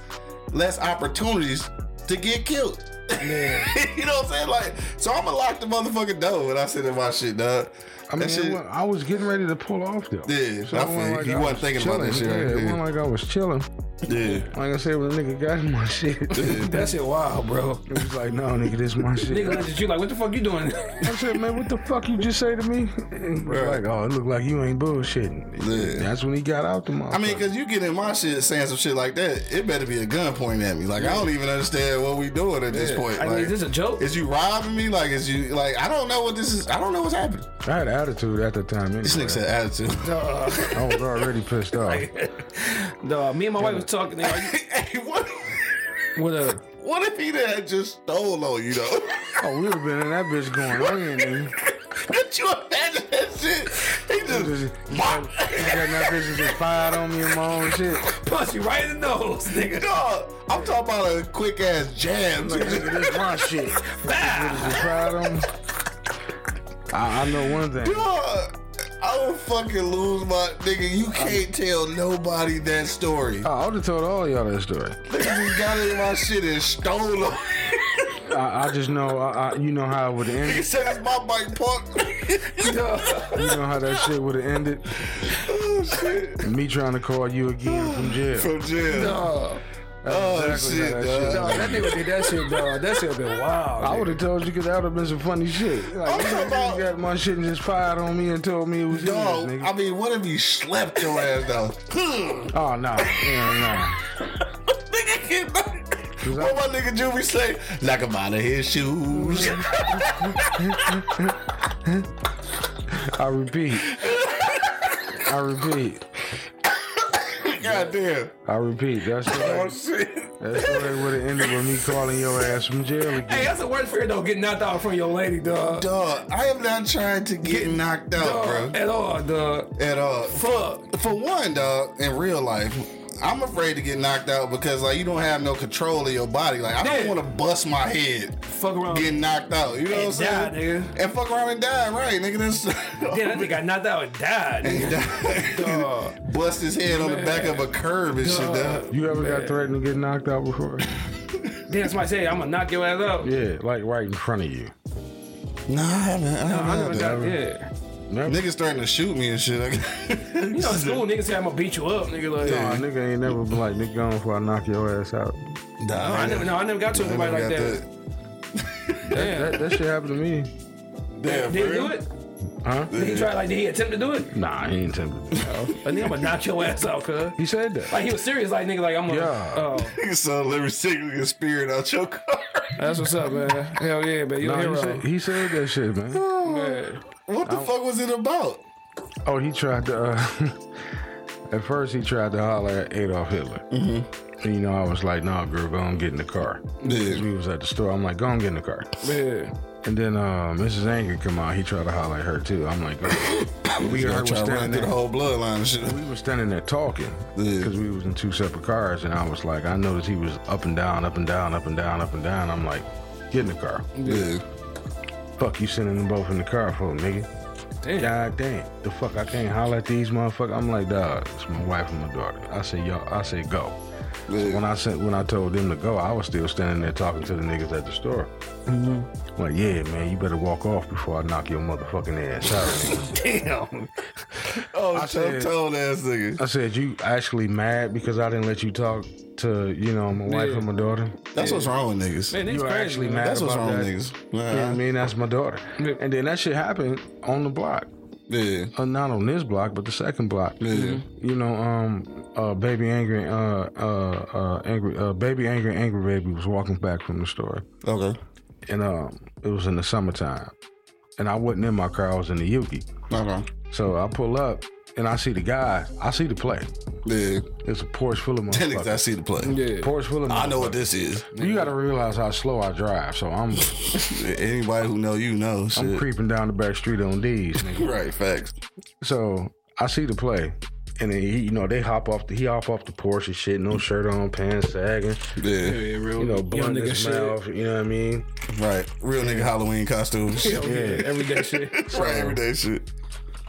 less opportunities to get killed. you know what I'm saying? Like, so I'm gonna lock the motherfucking door when I sit in my shit, dog. I mean, that shit, it wa- I was getting ready to pull off though. Yeah, I it wasn't feel you. You I wasn't was thinking about chilling. that shit right Yeah, it there. wasn't like I was chilling. yeah. Like I said, when the nigga got my shit, it That shit wild, bro. was like, no, nigga, this my shit. Nigga looked at you like, what the fuck you doing? I said, man, what the fuck you just say to me? And was Right. Like, oh, it looked like you ain't bullshitting. Yeah. That's when he got out the motherfucker. I mean, cause you get in my shit saying some shit like that, it better be a gun pointing at me. Like I don't even understand what we doing at this point. I mean, Like, is this a joke? Is you robbing me? Like is you like I don't know what this is. I don't know what's happening. I had attitude at the time. Anyway. This nigga said attitude. I was already pissed off. No, me and my wife was talking they like, hey, what? with a What if he done had just stole on you though? Oh, we would have been in that bitch going in. nigga. Could you imagine that shit? He Just, just. you got in that bitch and just fired on me and my own shit. punch you right in the nose, nigga. Dog, I'm talking about a quick ass jam. Like, nigga, this my shit. Just fired on me. I, I know one thing. Dog, I would fucking lose my nigga. You can't tell nobody that story. I would have told all y'all that story. Nigga just got in my shit and stole it. I, I just know, I, I, you know how it would have He ended. said it's my bike park. You know how that shit would have ended. oh shit. Me trying to call you again from jail. From jail. That's oh, shit, how dog. happened. Dog, that nigga did that shit, dog. That shit been wild. I nigga. would have told you because that would have been some funny shit. Like, I'm you talking about- got my shit and just fired on me and told me it was Dog, yours, nigga. I mean, what if he slept your ass though? Hmm. Oh no, yeah, nigga can't. What What my nigga Juvie say? Like I'm out of his shoes. no. I repeat. I repeat. God damn. I repeat. That's Oh the shit. that's the way it would have ended with me calling your ass from jail Hey, again. that's the worst fear though, getting knocked out from your lady, dog. Dog, I am not trying to get knocked out, bro. At all, dog. At all. Fuck. For one, dog, in real life, I'm afraid to get knocked out because like you don't have no control of your body. Like I don't Yeah. want to bust my head Fuck around. getting knocked out. You know what I'm And die, saying? nigga. And fuck around and die, right, nigga? That's Damn, that nigga got knocked out and died. nigga. Dog. Bust his head on the back of a curb and shit, dog. You ever got threatened to get knocked out before? Damn, somebody say, I'm gonna knock your ass out. Yeah, like right in front of you. Nah, I haven't. I I haven't had never got, yeah. Never. that. Niggas starting to shoot me and shit. Like, You know, in school niggas say, I'm gonna beat you up, nigga. Like, Nah, nigga ain't never been like nigga gone before I knock your ass out. nah, no, I never, no, I never got to I anybody like never got that. Damn. That, that shit happened to me. Damn, Did he bro. do it? Huh? Did he try, like, did he attempt to do it? Nah, he ain't tempted. But nigga, I'm gonna knock your ass out, cuz. He said that. Like, he was serious, like, nigga, like, I'm gonna. Yeah. Oh, So let me take your spirit out your car. that's what's up, man. Hell yeah, man. You're Nah, a he, hero. said, he said that shit, man. Man. What the fuck was it about? Oh, he tried to. Uh, at first, he tried to holler at Adolf Hitler. Mm-hmm. And you know, I was like, "Nah, girl, go and get in the car." Yeah. We was at the store. I'm like, "Go and get in the car." Man. And then uh, Mrs. Anger come out. He tried to holler at her too. I'm like, "Go." "We I heard was try to run standing through the there. whole bloodline and shit. We was standing there talking Yeah. because we was in two separate cars." And I was like, "I noticed he was up and down, up and down, up and down, up and down." I'm like, "Get in the car." Yeah. Fuck, you sending them both in the car for, nigga. Damn. God damn. The fuck, I can't holler at these motherfuckers. I'm like, dog, it's my wife and my daughter. I say, y'all, I say, go. So when I said, when I told them to go, I was still standing there talking to the niggas at the store. Like, yeah, man, you better walk off before I knock your motherfucking ass out. nigga." Damn. Oh, I tough said- told ass nigga. I said, you actually mad because I didn't let you talk to, you know, my wife and my daughter? That's what's wrong with niggas. Man, You it's are crazy. actually man. mad That's what's about wrong with that. niggas. You know what I Nah, mean? That's my daughter. Yeah. And then that shit happened on the block. Yeah. uh, not on this block, but the second block. You know, um, uh, baby angry, uh, uh, uh, angry, uh, baby angry, angry baby was walking back from the store, Okay. and um, it was in the summertime, and I wasn't in my car, I was in the Yuki. Okay. So I pull up, and I see the guy, I see the play. Yeah. It's a Porsche full of That nigga, I motherfuckers. see the play. Porsche full of I know motherfuckers. what this is. You got to realize how slow I drive, so I'm Anybody who know you know I'm shit. creeping down the back street on these. Nigga. Right, facts. So I see the play, and then he, you know, they hop off the he hop off the porch and shit, no shirt on, pants sagging, Yeah. you know, blunt nigga his shit. mouth, you know what I mean? Right. Real nigga Halloween costumes. Yeah, everyday shit. right, everyday shit.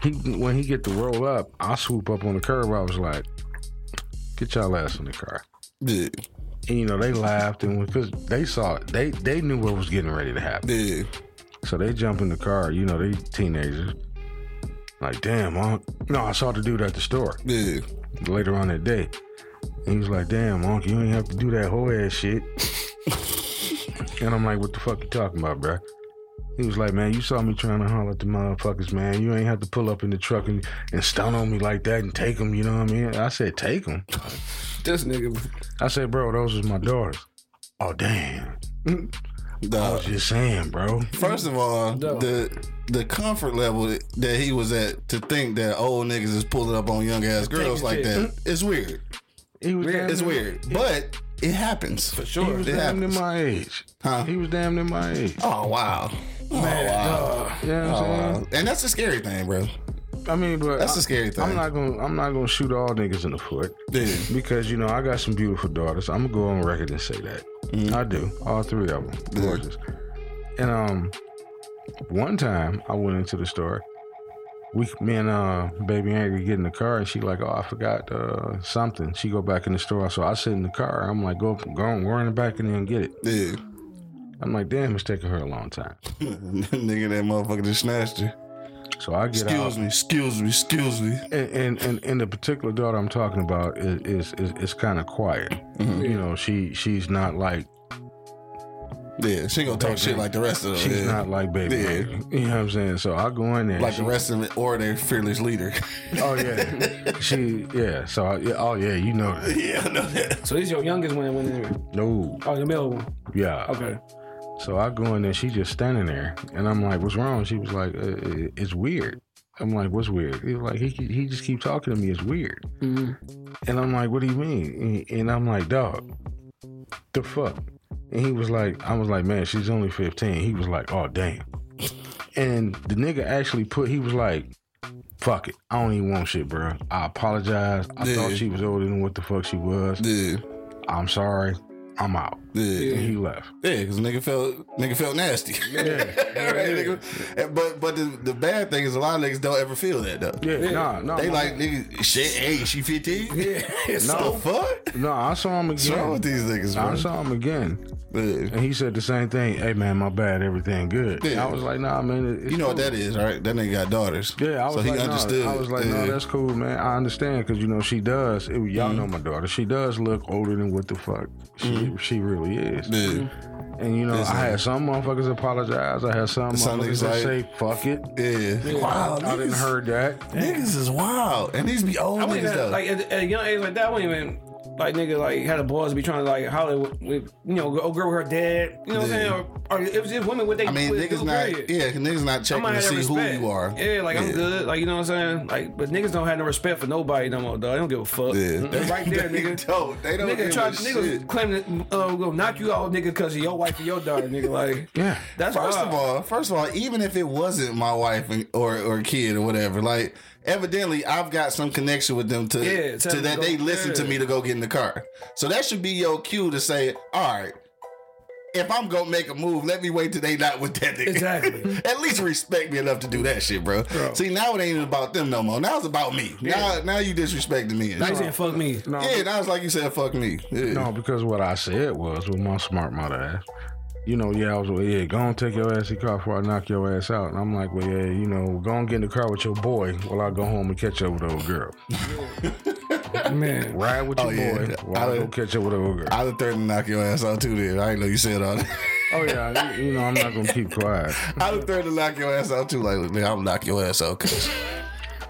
He when he get to roll up, I swoop up on the curb. I was like, "Get y'all ass in the car." Yeah. And, you know, they laughed and because they saw it, they they knew what was getting ready to happen. Yeah. So they jump in the car. You know, they teenagers. Like, damn, Unc. No, I saw the dude at the store Yeah. later on that day. And he was like, damn, Unc, you ain't have to do that whole ass shit. and I'm like, what the fuck you talking about, bruh? He was like, man, you saw me trying to holler at the motherfuckers, man. You ain't have to pull up in the truck and, and stun on me like that and take them, you know what I mean? I said, take them. This nigga. I said, bro, those was my daughters. Oh, damn. I Dog. was just saying, bro. First of all, the the comfort level that he was at to think that old niggas is pulling up on young ass girls like that, it's weird. He was damn It's near- weird, but it happens. For He sure, was it damn near happens. my age. Huh? He was damn near my age. Oh wow, oh wow, You know what I'm oh saying? wow. And that's a scary thing, bro. I mean, but That's I, the scary thing. I'm not gonna I'm not gonna shoot all niggas in the foot Yeah. because you know I got some beautiful daughters. I'm gonna go on record and say that I do. All three of them, gorgeous. And um, one time I went into the store. We, me and uh, baby Angry get in the car, and she like, oh, I forgot uh, something. She go back in the store, so I sit in the car. I'm like, go, go, on, we're in the back and then get it. Yeah, I'm like, damn, it's taking her a long time. nigga, that motherfucker just snatched her. So I get out. Excuse me, excuse me, excuse me. and and and, and the particular daughter I'm talking about is is is, is kind of quiet. You know, she she's not like Yeah, she ain't gonna talk shit like the rest of them. she's yeah. not like baby. Yeah. Mary. You know what I'm saying? So I go in there. like she- the rest of them or their fearless leader. oh yeah, she yeah. So I, yeah, oh yeah, you know that. yeah, I know that. So this your youngest one that went in there. No, Oh, the middle one. yeah. Okay. So I go in there. She just standing there, and I'm like, "What's wrong?" She was like, uh, uh, "It's weird." I'm like, "What's weird?" He was like, "He he just keep talking to me. It's weird." And I'm like, "What do you mean?" And- And I'm like, "Dog, the fuck." And he was like, "I was like, man, she's only 15." He was like, "Oh damn." And the nigga actually put. He was like. Fuck it. I don't even want shit, bro. I apologize. I thought Yeah. she was older than what the fuck she was. Yeah, I'm sorry. I'm out. yeah. And he left. Yeah, because nigga felt nigga felt nasty. right, nigga? And- But but the, the bad thing is a lot of niggas don't ever feel that though. Yeah, nah, nah. They my- like nigga shit. Hey, she fifteen. Yeah, no fuck. No, I saw him What's wrong with again. these niggas, I bro? saw him again, Yeah. and he said the same thing. Hey man, my bad. Everything good. Yeah. I was like, nah, man. it- It's You know what cool. that is, right? That nigga got daughters. Yeah, I was so he like, understood. Nah. I was like, no, Yeah. that's cool, man. I understand because you know she does. It, y'all know Mm-hmm. my daughter. She does look older than what the fuck she she really is. Yeah. And you know, I had some motherfuckers apologize. I had some Some motherfuckers niggas that like- say fuck it. Yeah. Wow, I didn't niggas- heard that. Niggas is wild, and these be old I wouldn't niggas even, though. like at, at a young age like that. I wouldn't even like nigga like had the balls to be trying to like holler with, with you know a girl with her dad. You know what I'm Yeah. saying? Or, or it was just women with they. I mean, with niggas dude, not. period. Yeah, niggas not I checking might to have see respect. who you are. Yeah, like I'm good. Like you know what I'm saying? Like, but niggas don't have no respect for nobody no more, dog. They don't give a fuck. Yeah. They right there, They nigga. don't. They don't give Nigga, a try, shit. niggas claim to uh, go knock you out, nigga, because of your wife and your daughter, nigga. Like, Yeah. that's First of wild. all, first of all, even if it wasn't my wife and, or or kid or whatever, like evidently I've got some connection with them to Yeah, tell to them that to they go- listen to yeah. me to go get in the car. So that should be your cue to say, all right. If I'm gonna make a move, let me wait till they not with that nigga. Exactly. At least respect me enough to do that shit, bro. See, now it ain't about them no more. Now it's about me. Now, now you disrespecting me. Now you saying fuck me? No, yeah, now it's like you said, fuck me. Yeah. No, because what I said was with my smart mother ass. You know, yeah, I was like, yeah, go and take your ass in the car before I knock your ass out. And I'm like, well, yeah, you know, go and get in the car with your boy while I go home and catch up with the old girl. Man, Ride with your Oh, yeah. boy I while I, go done- catch up with the old girl. I was threatening to knock your ass out too. Then I didn't know you said all that. oh, yeah, you, you know, I'm not going to keep quiet. I would threaten to knock your ass out too. Like, look, nigga, I'm knock your ass out. Cause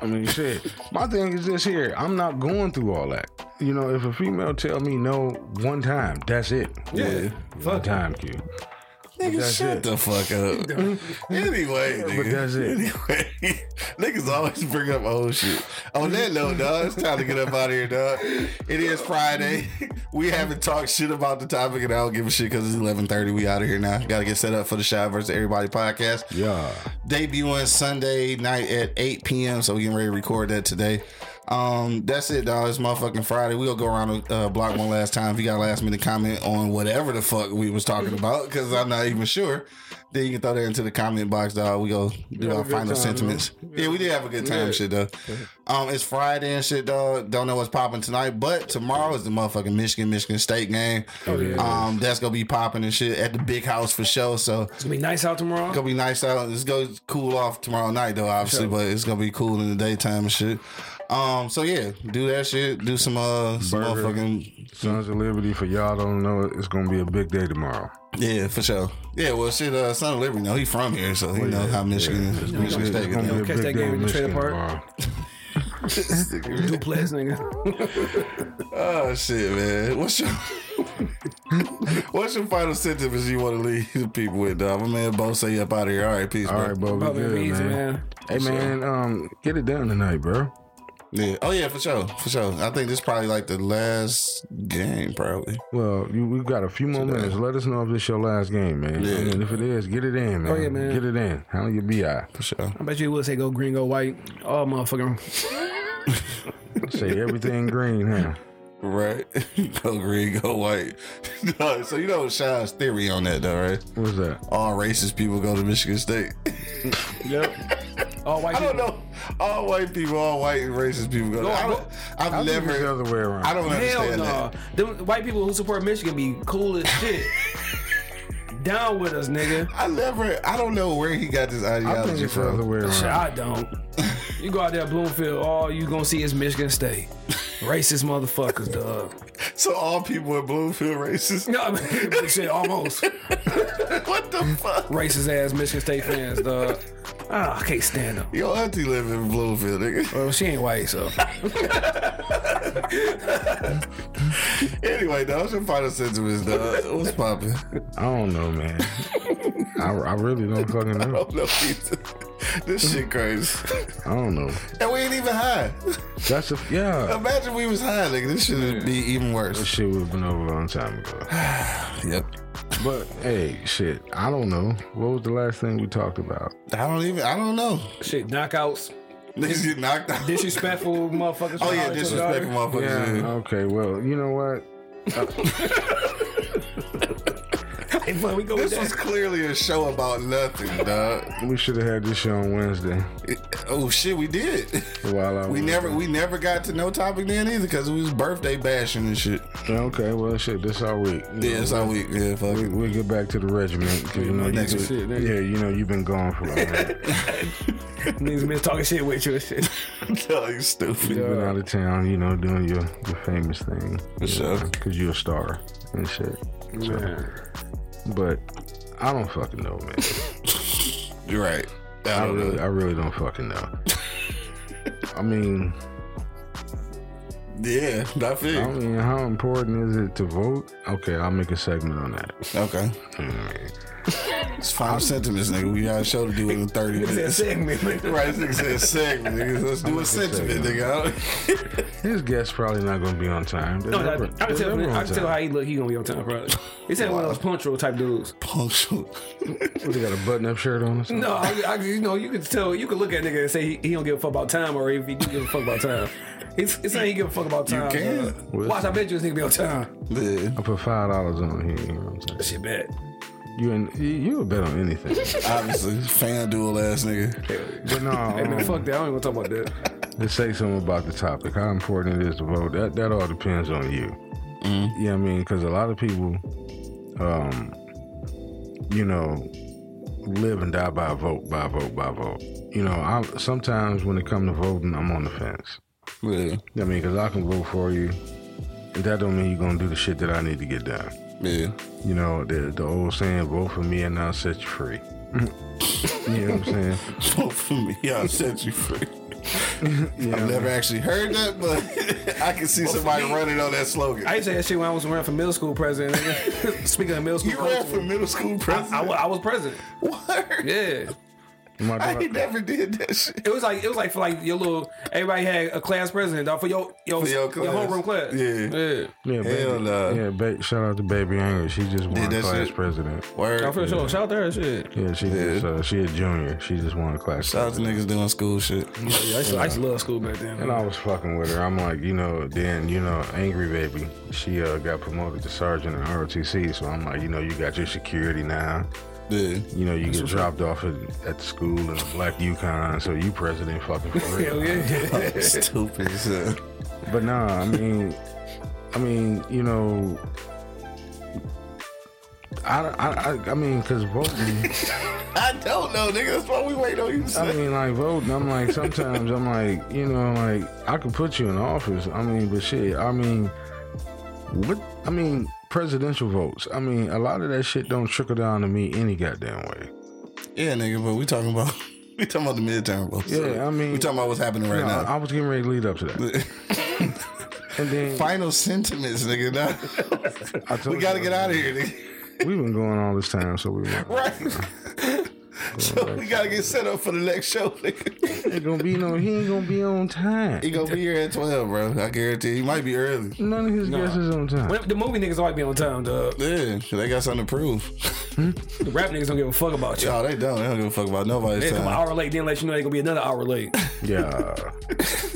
I mean, shit. My thing is this here. I'm not going through all that. You know, if a female tell me no one time, that's it. Yeah. One time, Q. nigga, that's shut it. the fuck up. anyway, nigga. But that's it. Anyway, niggas always bring up old shit. On that note, dog, it's time to get up out of here, dog. It is Friday. We haven't talked shit about the topic, and I don't give a shit because it's eleven thirty. We out of here now. Got to get set up for the Shy versus Everybody podcast. Yeah. debuting Sunday night at 8 p.m. So we getting ready to record that today. Um, that's it, dog. It's motherfucking Friday. We'll go around the uh, block one last time. If you got a last minute comment on whatever the fuck we was talking about, because I'm not even sure, then you can throw that into the comment box, dog. We go do had a our good final time, sentiments. Yeah, we did have a good time, shit, though. Um, it's Friday and shit, dog. Don't know what's popping tonight, but tomorrow is the motherfucking Michigan Michigan State game. Oh, Um, that's gonna be popping and shit at the big house for sure. So It's gonna be nice out tomorrow. it's gonna be nice out. It's gonna cool off tomorrow night though, obviously, but it's gonna be cool in the daytime and shit. Um, so yeah, do that shit. Do some uh, some Burger. motherfucking Sons of Liberty, for y'all don't know, it's gonna be a big day tomorrow. yeah, for sure. Yeah, well, shit. Uh, son of Liberty, no, he from here, so Oh, he knows how Michigan, Michigan It's State. is gonna down. be a Catch that big day game in in the trailer Michigan park. tomorrow. Duplex, nigga. Oh shit, man. What's your What's your final sentence you want to leave the people with, dog? My man Bo say you up out of here. All right, peace, All bro. right, bro, we Probably good, be easy, man. man. Hey, man, um, get it done tonight, bro. Yeah. Oh yeah, for sure. For sure. I think this probably like the last game, probably. Well, you, we've got a few more minutes. Let us know if this your last game, man. Yeah. And if it is, get it in, man. Oh, yeah, man. Get it in. How do you be? I For sure. I bet you would say go green, go white. Oh, motherfucker. say everything green, huh? Right. go green, go white. Dog, so you know Sean's theory on that though, right? What's that? All racist people go to Michigan State. All white I don't people. know. All white people, all white and racist people go. To, I don't, I've I think never. it's the other way around. I don't Hell understand no. that. Them white people who support Michigan be cool as shit. Down with us, nigga. I never. I don't know where he got this I ideology think it's the from. other way Shit, around. I don't. You go out there, Bloomfield, all you gonna see is Michigan State. Racist motherfuckers, dog. So all people in Bloomfield racist. No, I mean, shit, almost. what the fuck? Racist ass Michigan State fans, dog. Ah, I can't stand them. Your auntie live in Bloomfield, nigga. Well, she ain't white, so. Anyway, dog, what's your final sentiments, dog? What's poppin'? I don't know, man. I, I really don't fucking know. Oh no, pizza. This shit crazy. I don't know. And we ain't even high. That's a yeah. Imagine we was high, nigga. This shit would be even That worse. shit would have been over a long time ago. Yep. But hey, shit. I don't know. What was the last thing we talked about? I don't even. I don't know. Shit, knockouts, Niggas get knocked out. disrespectful motherfuckers. Oh yeah, hollering to the daughter. disrespectful motherfuckers. yeah. Mm-hmm. Okay. Well, you know what? Hey, fuck, we go with This that. was clearly a show about nothing, dog. We should have had this show on Wednesday. Oh shit, we did. While I We was- never we never got to no topic then either because it was birthday bashing and shit. Okay. Well, shit. This our week. You Yeah, know, it's all week. Yeah, fuck We, it. we'll get back to the regiment. 'cause, you know, you Next just- week. yeah, you know, you've been gone for a while. Niggas been talking shit with you and shit. No, you stupid. You've been out of town, you know, doing your, your famous thing. For sure. Because you're a star and shit. So, But I don't fucking know, man. You're right. I I don't really, know. I really don't fucking know. I mean, Yeah, I feel. I you. mean, how important is it to vote? Okay, I'll make a segment on that. Mm. Okay. You know what I mean? It's five sentiments, nigga. We got a show to do in 30 That minutes. segment, man. Right, this nigga said segment, nigga. Let's do a sentiment, nigga. His guest probably not gonna be on time. They're No, never- I, I they're can tell. never on I can tell time. how he look. He gonna be on time, bro. He said one of those punctual type dudes. Punctual. What, They got a button-up shirt on. Or something? No, I, I, you know, you can tell. You can look at a nigga and say he, he don't give a fuck about time, or if he do give a fuck about time. It's, it's not he give a fuck about time. can. dog. Watch, I bet you this nigga be on time. Yeah. I put five dollars on here. You know what I'm saying? Shit, bet. You and you, you would bet on anything. Obviously, fan duel ass nigga. But no, Hey man, um, fuck that. I don't even wanna talk about that. to say something about the topic, how important it is to vote, that, that all depends on you. You know what I mean? Because a lot of people, um, you know, live and die by vote, by vote, by vote. You know, I sometimes when it comes to voting, I'm on the fence. Yeah. You know what I mean? Because I can vote for you, and that don't mean you're going to do the shit that I need to get done. Yeah. You know, the, the old saying, vote for me and I'll set you free. you know what I'm saying? Vote for me. Y'all set you free. I've never actually heard that, but I can see somebody running on that slogan. I used to say that shit when I was running for middle school president. nigga. Speaking of middle school, you ran president, for middle school I, president. wa- I was president. Word. Yeah. My I daughter- ain't never did that shit. It was like it was like for like your little everybody had a class president dog, for your your, For your your, class. homeroom class. Yeah. yeah. Yeah, Hell baby, nah. yeah. Ba- shout out to Baby Anger. She just won that class shit. president. Word. I'm for sure. Shout out to her. Shit. Yeah, she just uh, she a junior. She just won class. Shout out to niggas doing school shit. I used, to, I used to love school back then. and I was fucking with her. I'm like, you know, then you know, angry baby. She uh, got promoted to sergeant in ROTC, so I'm like, you know, you got your security now. Yeah. You know, you get dropped off at, at school in a black Yukon, so you president fucking for real. Stupid. as hell. But nah, I mean, I mean, you know, I, I, I, I mean, cause voting. I don't know, nigga. That's why we wait on you. to I say. mean, like voting. I'm like, sometimes I'm like, you know, like I could put you in office. I mean, but shit. I mean, what? I mean, presidential votes. I mean, a lot of that shit don't trickle down to me any goddamn way. Yeah, nigga. But we talking about we talking about the midterm. votes. Yeah, I mean- we talking about what's happening right No, now. I was getting ready to lead up to that. and then Final sentiments, nigga. Nah. I told we gotta you, get out of here, nigga. We've been going all this time, so we won't. Right. so we gotta get set up for the next show, nigga. ain't gonna be no. He ain't gonna be on time. He gonna be here at twelve, bro. I guarantee. He might be early. None of his guests is on time. When- The movie niggas always be on time, dog. Yeah, they got something to prove. The rap niggas don't give a fuck about you. Y'all, they don't. They don't give a fuck about nobody's They come an time. hour late, then let you know they gonna be another hour late. Yeah.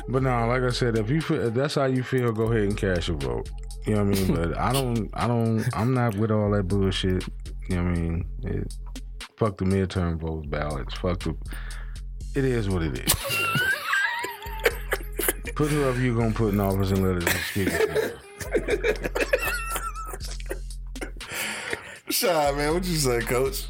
but no, like I said, if you feel if that's how you feel, go ahead and cash your vote. You know what I mean? But I don't I don't I'm not with all that bullshit. You know what I mean? It, fuck the midterm vote ballots. Fuck the it is what it is. put whoever you gonna put in office and let it just speak. Shy man, what you say, Coach?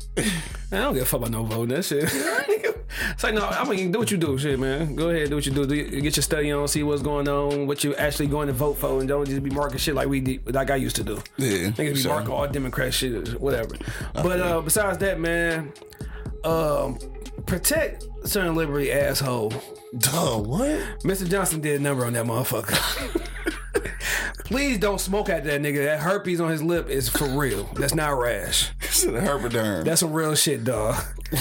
Man, I don't give a fuck about no voting. That shit. it's like, no, I mean, do what you do, shit, man. Go ahead, do what you do. do get your study on, see what's going on, what you actually going to vote for, and don't just be marking shit like we did, like I used to do. Yeah, Niggas be sure. marking all Democrat shit, whatever. But uh, besides that, man, um, protect certain liberty, asshole. Duh, what? Mr. Johnson did a number on that motherfucker. Please don't smoke at that nigga. That herpes on his lip is for real. That's not rash. This is a herbiderm. That's some real shit, dog.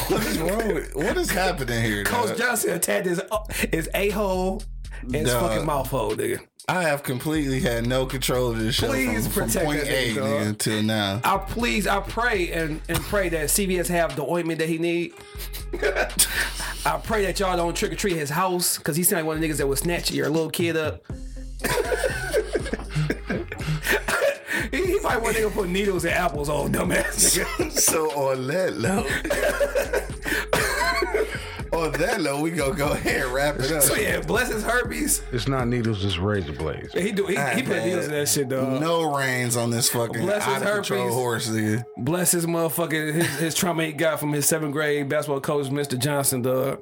what is wrong with What is happening here? Coach dog? Johnson attacked his uh, his a hole and his Dog. fucking mouth hole, nigga. I have completely had no control of this show Please from, from protect point that A nigga, dog. nigga, until now. I please, I pray and and pray that CVS have the ointment that he need. I pray that y'all don't trick or treat his house because he seemed like one of the niggas that would snatch your little kid up. he, he might want to put needles and apples on dumbass nigga. so on that low, on that low, we gonna go ahead and wrap it up. So yeah, bless his herpes. It's not needles, it's razor blades. He do he, he Alright, put man. needles in that shit though. No reins on this fucking Bless his out of control herpes. horse, nigga. Bless his motherfucking his, his trauma he got from his seventh grade basketball coach, Mr. Johnson, dog.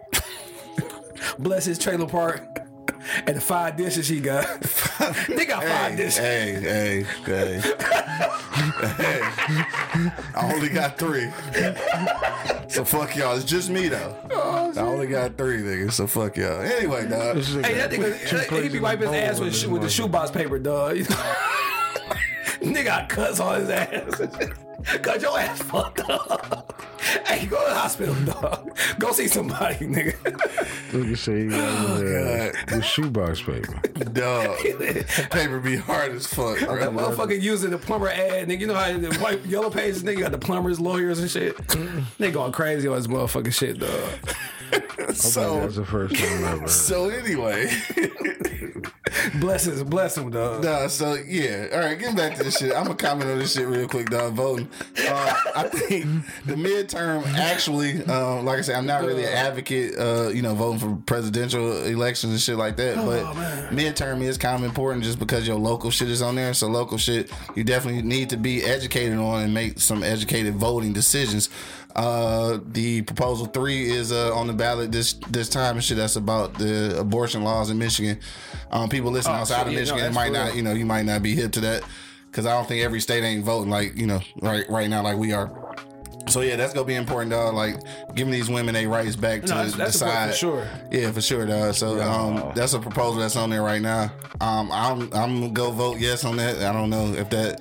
Bless his trailer park and the five dishes he got. they got five Hey, dishes. hey, hey, hey. Hey. I only got three. So fuck y'all. It's just me though. Oh, I only got three, nigga. So fuck y'all. Anyway, dog. This is Hey, that two nigga, uh, he places be wiping his in ass bowl with, this shoe- with the motherfucker. shoebox paper, dog. nigga got cuts on his ass. Cause your ass fucked up. Hey, go to the hospital, dog. Go see somebody, nigga. Nigga say he Oh, got his ass with shoebox paper. Dog. Paper be hard as fuck, That bro. motherfucker using the plumber ad, nigga. You know how the white yellow pages, nigga, got the plumbers, lawyers, and shit. they going crazy on this motherfucking shit, dog. So That's the first time I ever heard. so anyway. Bless him, bless him, dog. Nah, so yeah. All right, getting back to this shit. I'm gonna comment on this shit real quick, dog. Voting. Uh, I think the midterm actually, um, like I said, I'm not really an advocate, uh, you know, voting for presidential elections and shit like that. But midterm is kind of important just because your local shit is on there. So local shit, you definitely need to be educated on and make some educated voting decisions. Uh, the proposal three is uh, on the ballot this this time and shit. That's about the abortion laws in Michigan. Um, people listening outside of Oh, shit, yeah, no, Michigan that's might for not, real. you know, you might not be hip to that because I don't think every state ain't voting like you know right right now like we are. So yeah, that's gonna be important, dog. Like giving these women their rights back to No, that's- that's decide. important for sure. Yeah, for sure, dog. So um, that's a proposal that's on there right now. Um, I'm I'm gonna go vote yes on that. I don't know if that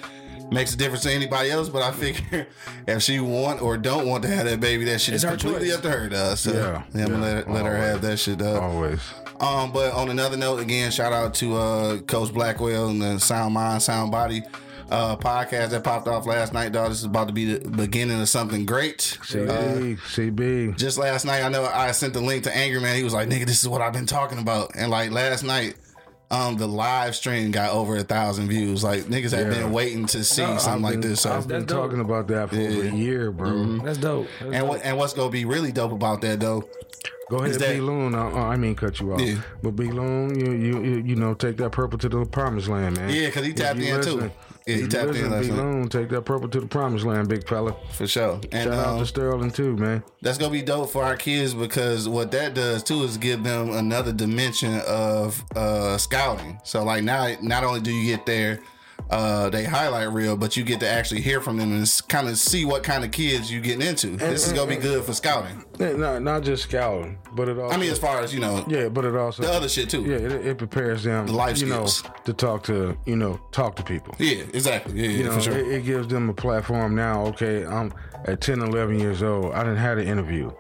makes a difference to anybody else, but I figure if she want or don't want to have that baby, that shit is her completely choice. up to her, dog. So Yeah, yeah, I'm gonna yeah. Oh. let her, let her have that shit, dog. Always. Um, but on another note, again, shout out to uh, Coach Blackwell and the Sound Mind, Sound Body uh, podcast that popped off last night, dog. This is about to be the beginning of something great. uh, CB, CB. Just last night, I know I sent the link to Angry Man. He was like, "Nigga, this is what I've been talking about." And like last night, um, the live stream got over a thousand views. Like niggas have been waiting to see Uh-uh, something like this. So I've been talking about that for over a year, bro. Mm-hmm. That's dope. That's and what and what's gonna be really dope about that though? Go ahead, Is that- B Loon. I, I mean, cut you off. Yeah. But B Loon, you, you you you know, take that purple to the promised land, man. Yeah, 'cause he If tapped you in, too. listen- Yeah, if he you tapped in listen, last B night. Loon, take that purple to the promised land, big fella. For sure. And Shout out um, to Sterling too, man. that's gonna be dope for our kids because what that does too is give them another dimension of uh, scouting. So like now, not only do you get their uh, they highlight reel, but you get to actually hear from them and kind of see what kind of kids you getting into. This is gonna be good for scouting. Yeah, Not not just scouting, but it also. I mean, as far as you know, yeah, but it also the other shit too. Yeah, it, it prepares them, The life you skills. know, to talk to you know talk to people. Yeah, exactly. Yeah, You yeah, know, for sure. it, it gives them a platform now. Okay, I'm at 10, 11 years old. I didn't had an interview.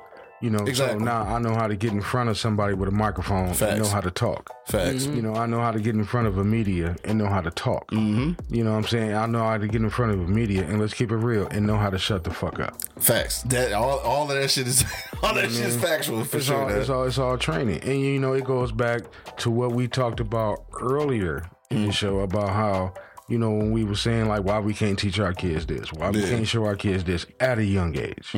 You know, Exactly. so now I know how to get in front of somebody with a microphone Facts. Mm. and know how to talk. Facts. You know, I know how to get in front of a media and know how to talk. Mm-hmm. You know what I'm saying? I know how to get in front of a media and let's keep it real and know how to shut the fuck up. Facts. That all, all of that shit is all that shit is factual for it's sure. all though. it's all it's all training, and you know it goes back to what we talked about earlier in the show about how you know when we were saying like why we can't teach our kids this, why we can't show our kids this at a young age.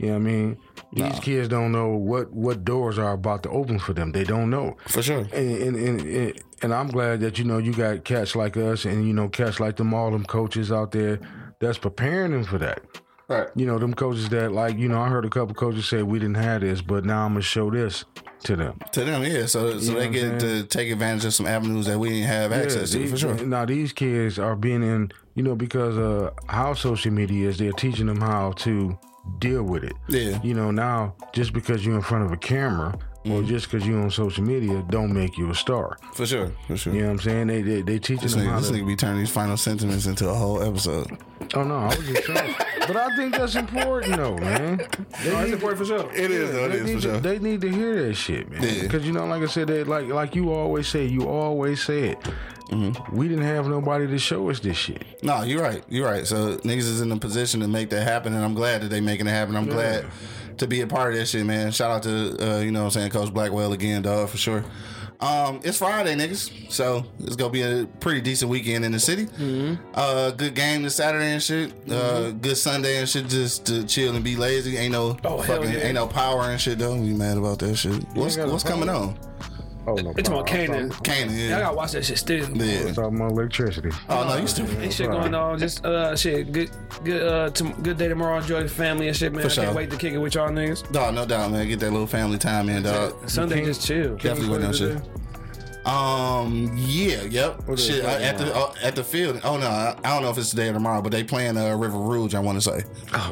You know what I mean? These kids don't know what what doors are about to open for them. They don't know. for sure. And and, and and and I'm glad that you know you got cats like us and you know cats like them all them coaches out there that's preparing them for that. Right. You know them coaches that like you know I heard a couple coaches say we didn't have this, but now I'm gonna show this to them. To them, yeah. So so know what they I'm get to take advantage of some avenues that we didn't have access Yeah, to for these- sure. Now these kids are being in you know because uh how social media is they're teaching them how to deal with it. Yeah. You know now just because you're in front of a camera or Mm-hmm. just because you're on social media don't make you a star. For sure. For sure. You know what I'm saying? They they, they teaching This them how nigga, this to nigga be turning these final sentiments into a whole episode. Oh no, I was just trying. but I think that's important though, man. They That's need important for sure. It is though. It they, is need for to, sure. they need to hear that shit, man. Yeah. Because you know, like I said, that like like you always say, you always say it. We didn't have nobody to show us this shit. No, you're right. You're right. So niggas is in a position to make that happen, and I'm glad that they making it happen. I'm glad to be a part of that shit, man. Shout out to uh, you know what I'm saying, Coach Blackwell again, dog, for sure. Um, it's Friday, niggas. So it's gonna be a pretty decent weekend in the city. Uh, good game this Saturday and shit. Uh, good Sunday and shit. Just to chill and be lazy. Ain't no Oh, hell fucking, yeah. ain't no power and shit. Don't be mad about that shit. What's got no what's coming on? Oh no, It's no, on Canaan. Canaan. I Yeah. gotta watch that shit still. yeah. I'm talking about electricity. Oh no, you stupid. Ain't shit going on. Just uh, shit. Good, good, uh, tom good day tomorrow. Enjoy the family and shit, man. For I can't sure. wait to kick it with y'all niggas. Dog, no doubt, man. Get that little family time in, dog. Sunday, just chill. Definitely went on shit. Um. Yeah. Yep. What they Shit. uh, playing at the uh, at the field. Oh no. I, I don't know if it's today or tomorrow, but they playing uh, River Rouge. I want to say.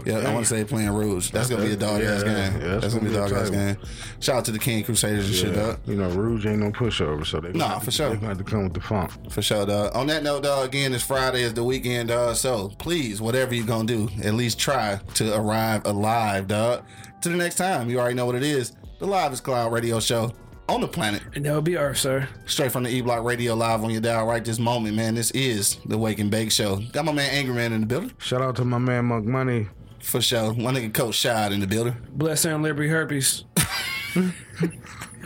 yeah. I want to say they playing Rouge. That's gonna be a dog ass Yeah, game. yeah, that's, gonna be a dog ass tight one. game. Shout out to the King Crusaders and shit, dog. You know, Rouge ain't no pushover, so they Nah, gonna have for to- sure. They gonna have to come with the funk. For sure, dog. On that note, dog. Again, it's Friday. It's the weekend, dog. So please, whatever you gonna do, at least try to arrive alive, dog. To the next time, you already know what it is. The Live is Cloud Radio Show on the planet. And that'll be Earth, sir. Straight from the E Block Radio live on your dial right this moment, man. This is the Wake and Bake Show. Got my man Angry Man in the building. Shout out to my man Monk Money. For sure. My nigga Coach Shad in the building. Bless and liberty herpes.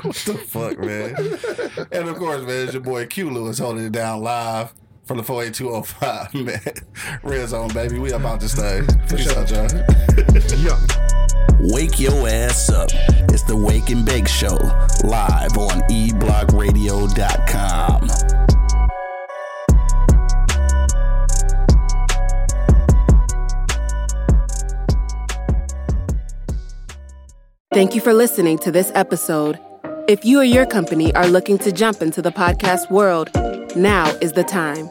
What the fuck, man? and of course, man, it's your boy Q Lewis holding it down live from the 48205, man. Red Zone, baby. We about to stay. Peace out, y'all. Yeah. Wake your ass up. It's the Wake and Bake Show, live on E eblockradio.com. Thank you for listening to this episode. If you or your company are looking to jump into the podcast world, now is the time.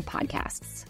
podcasts.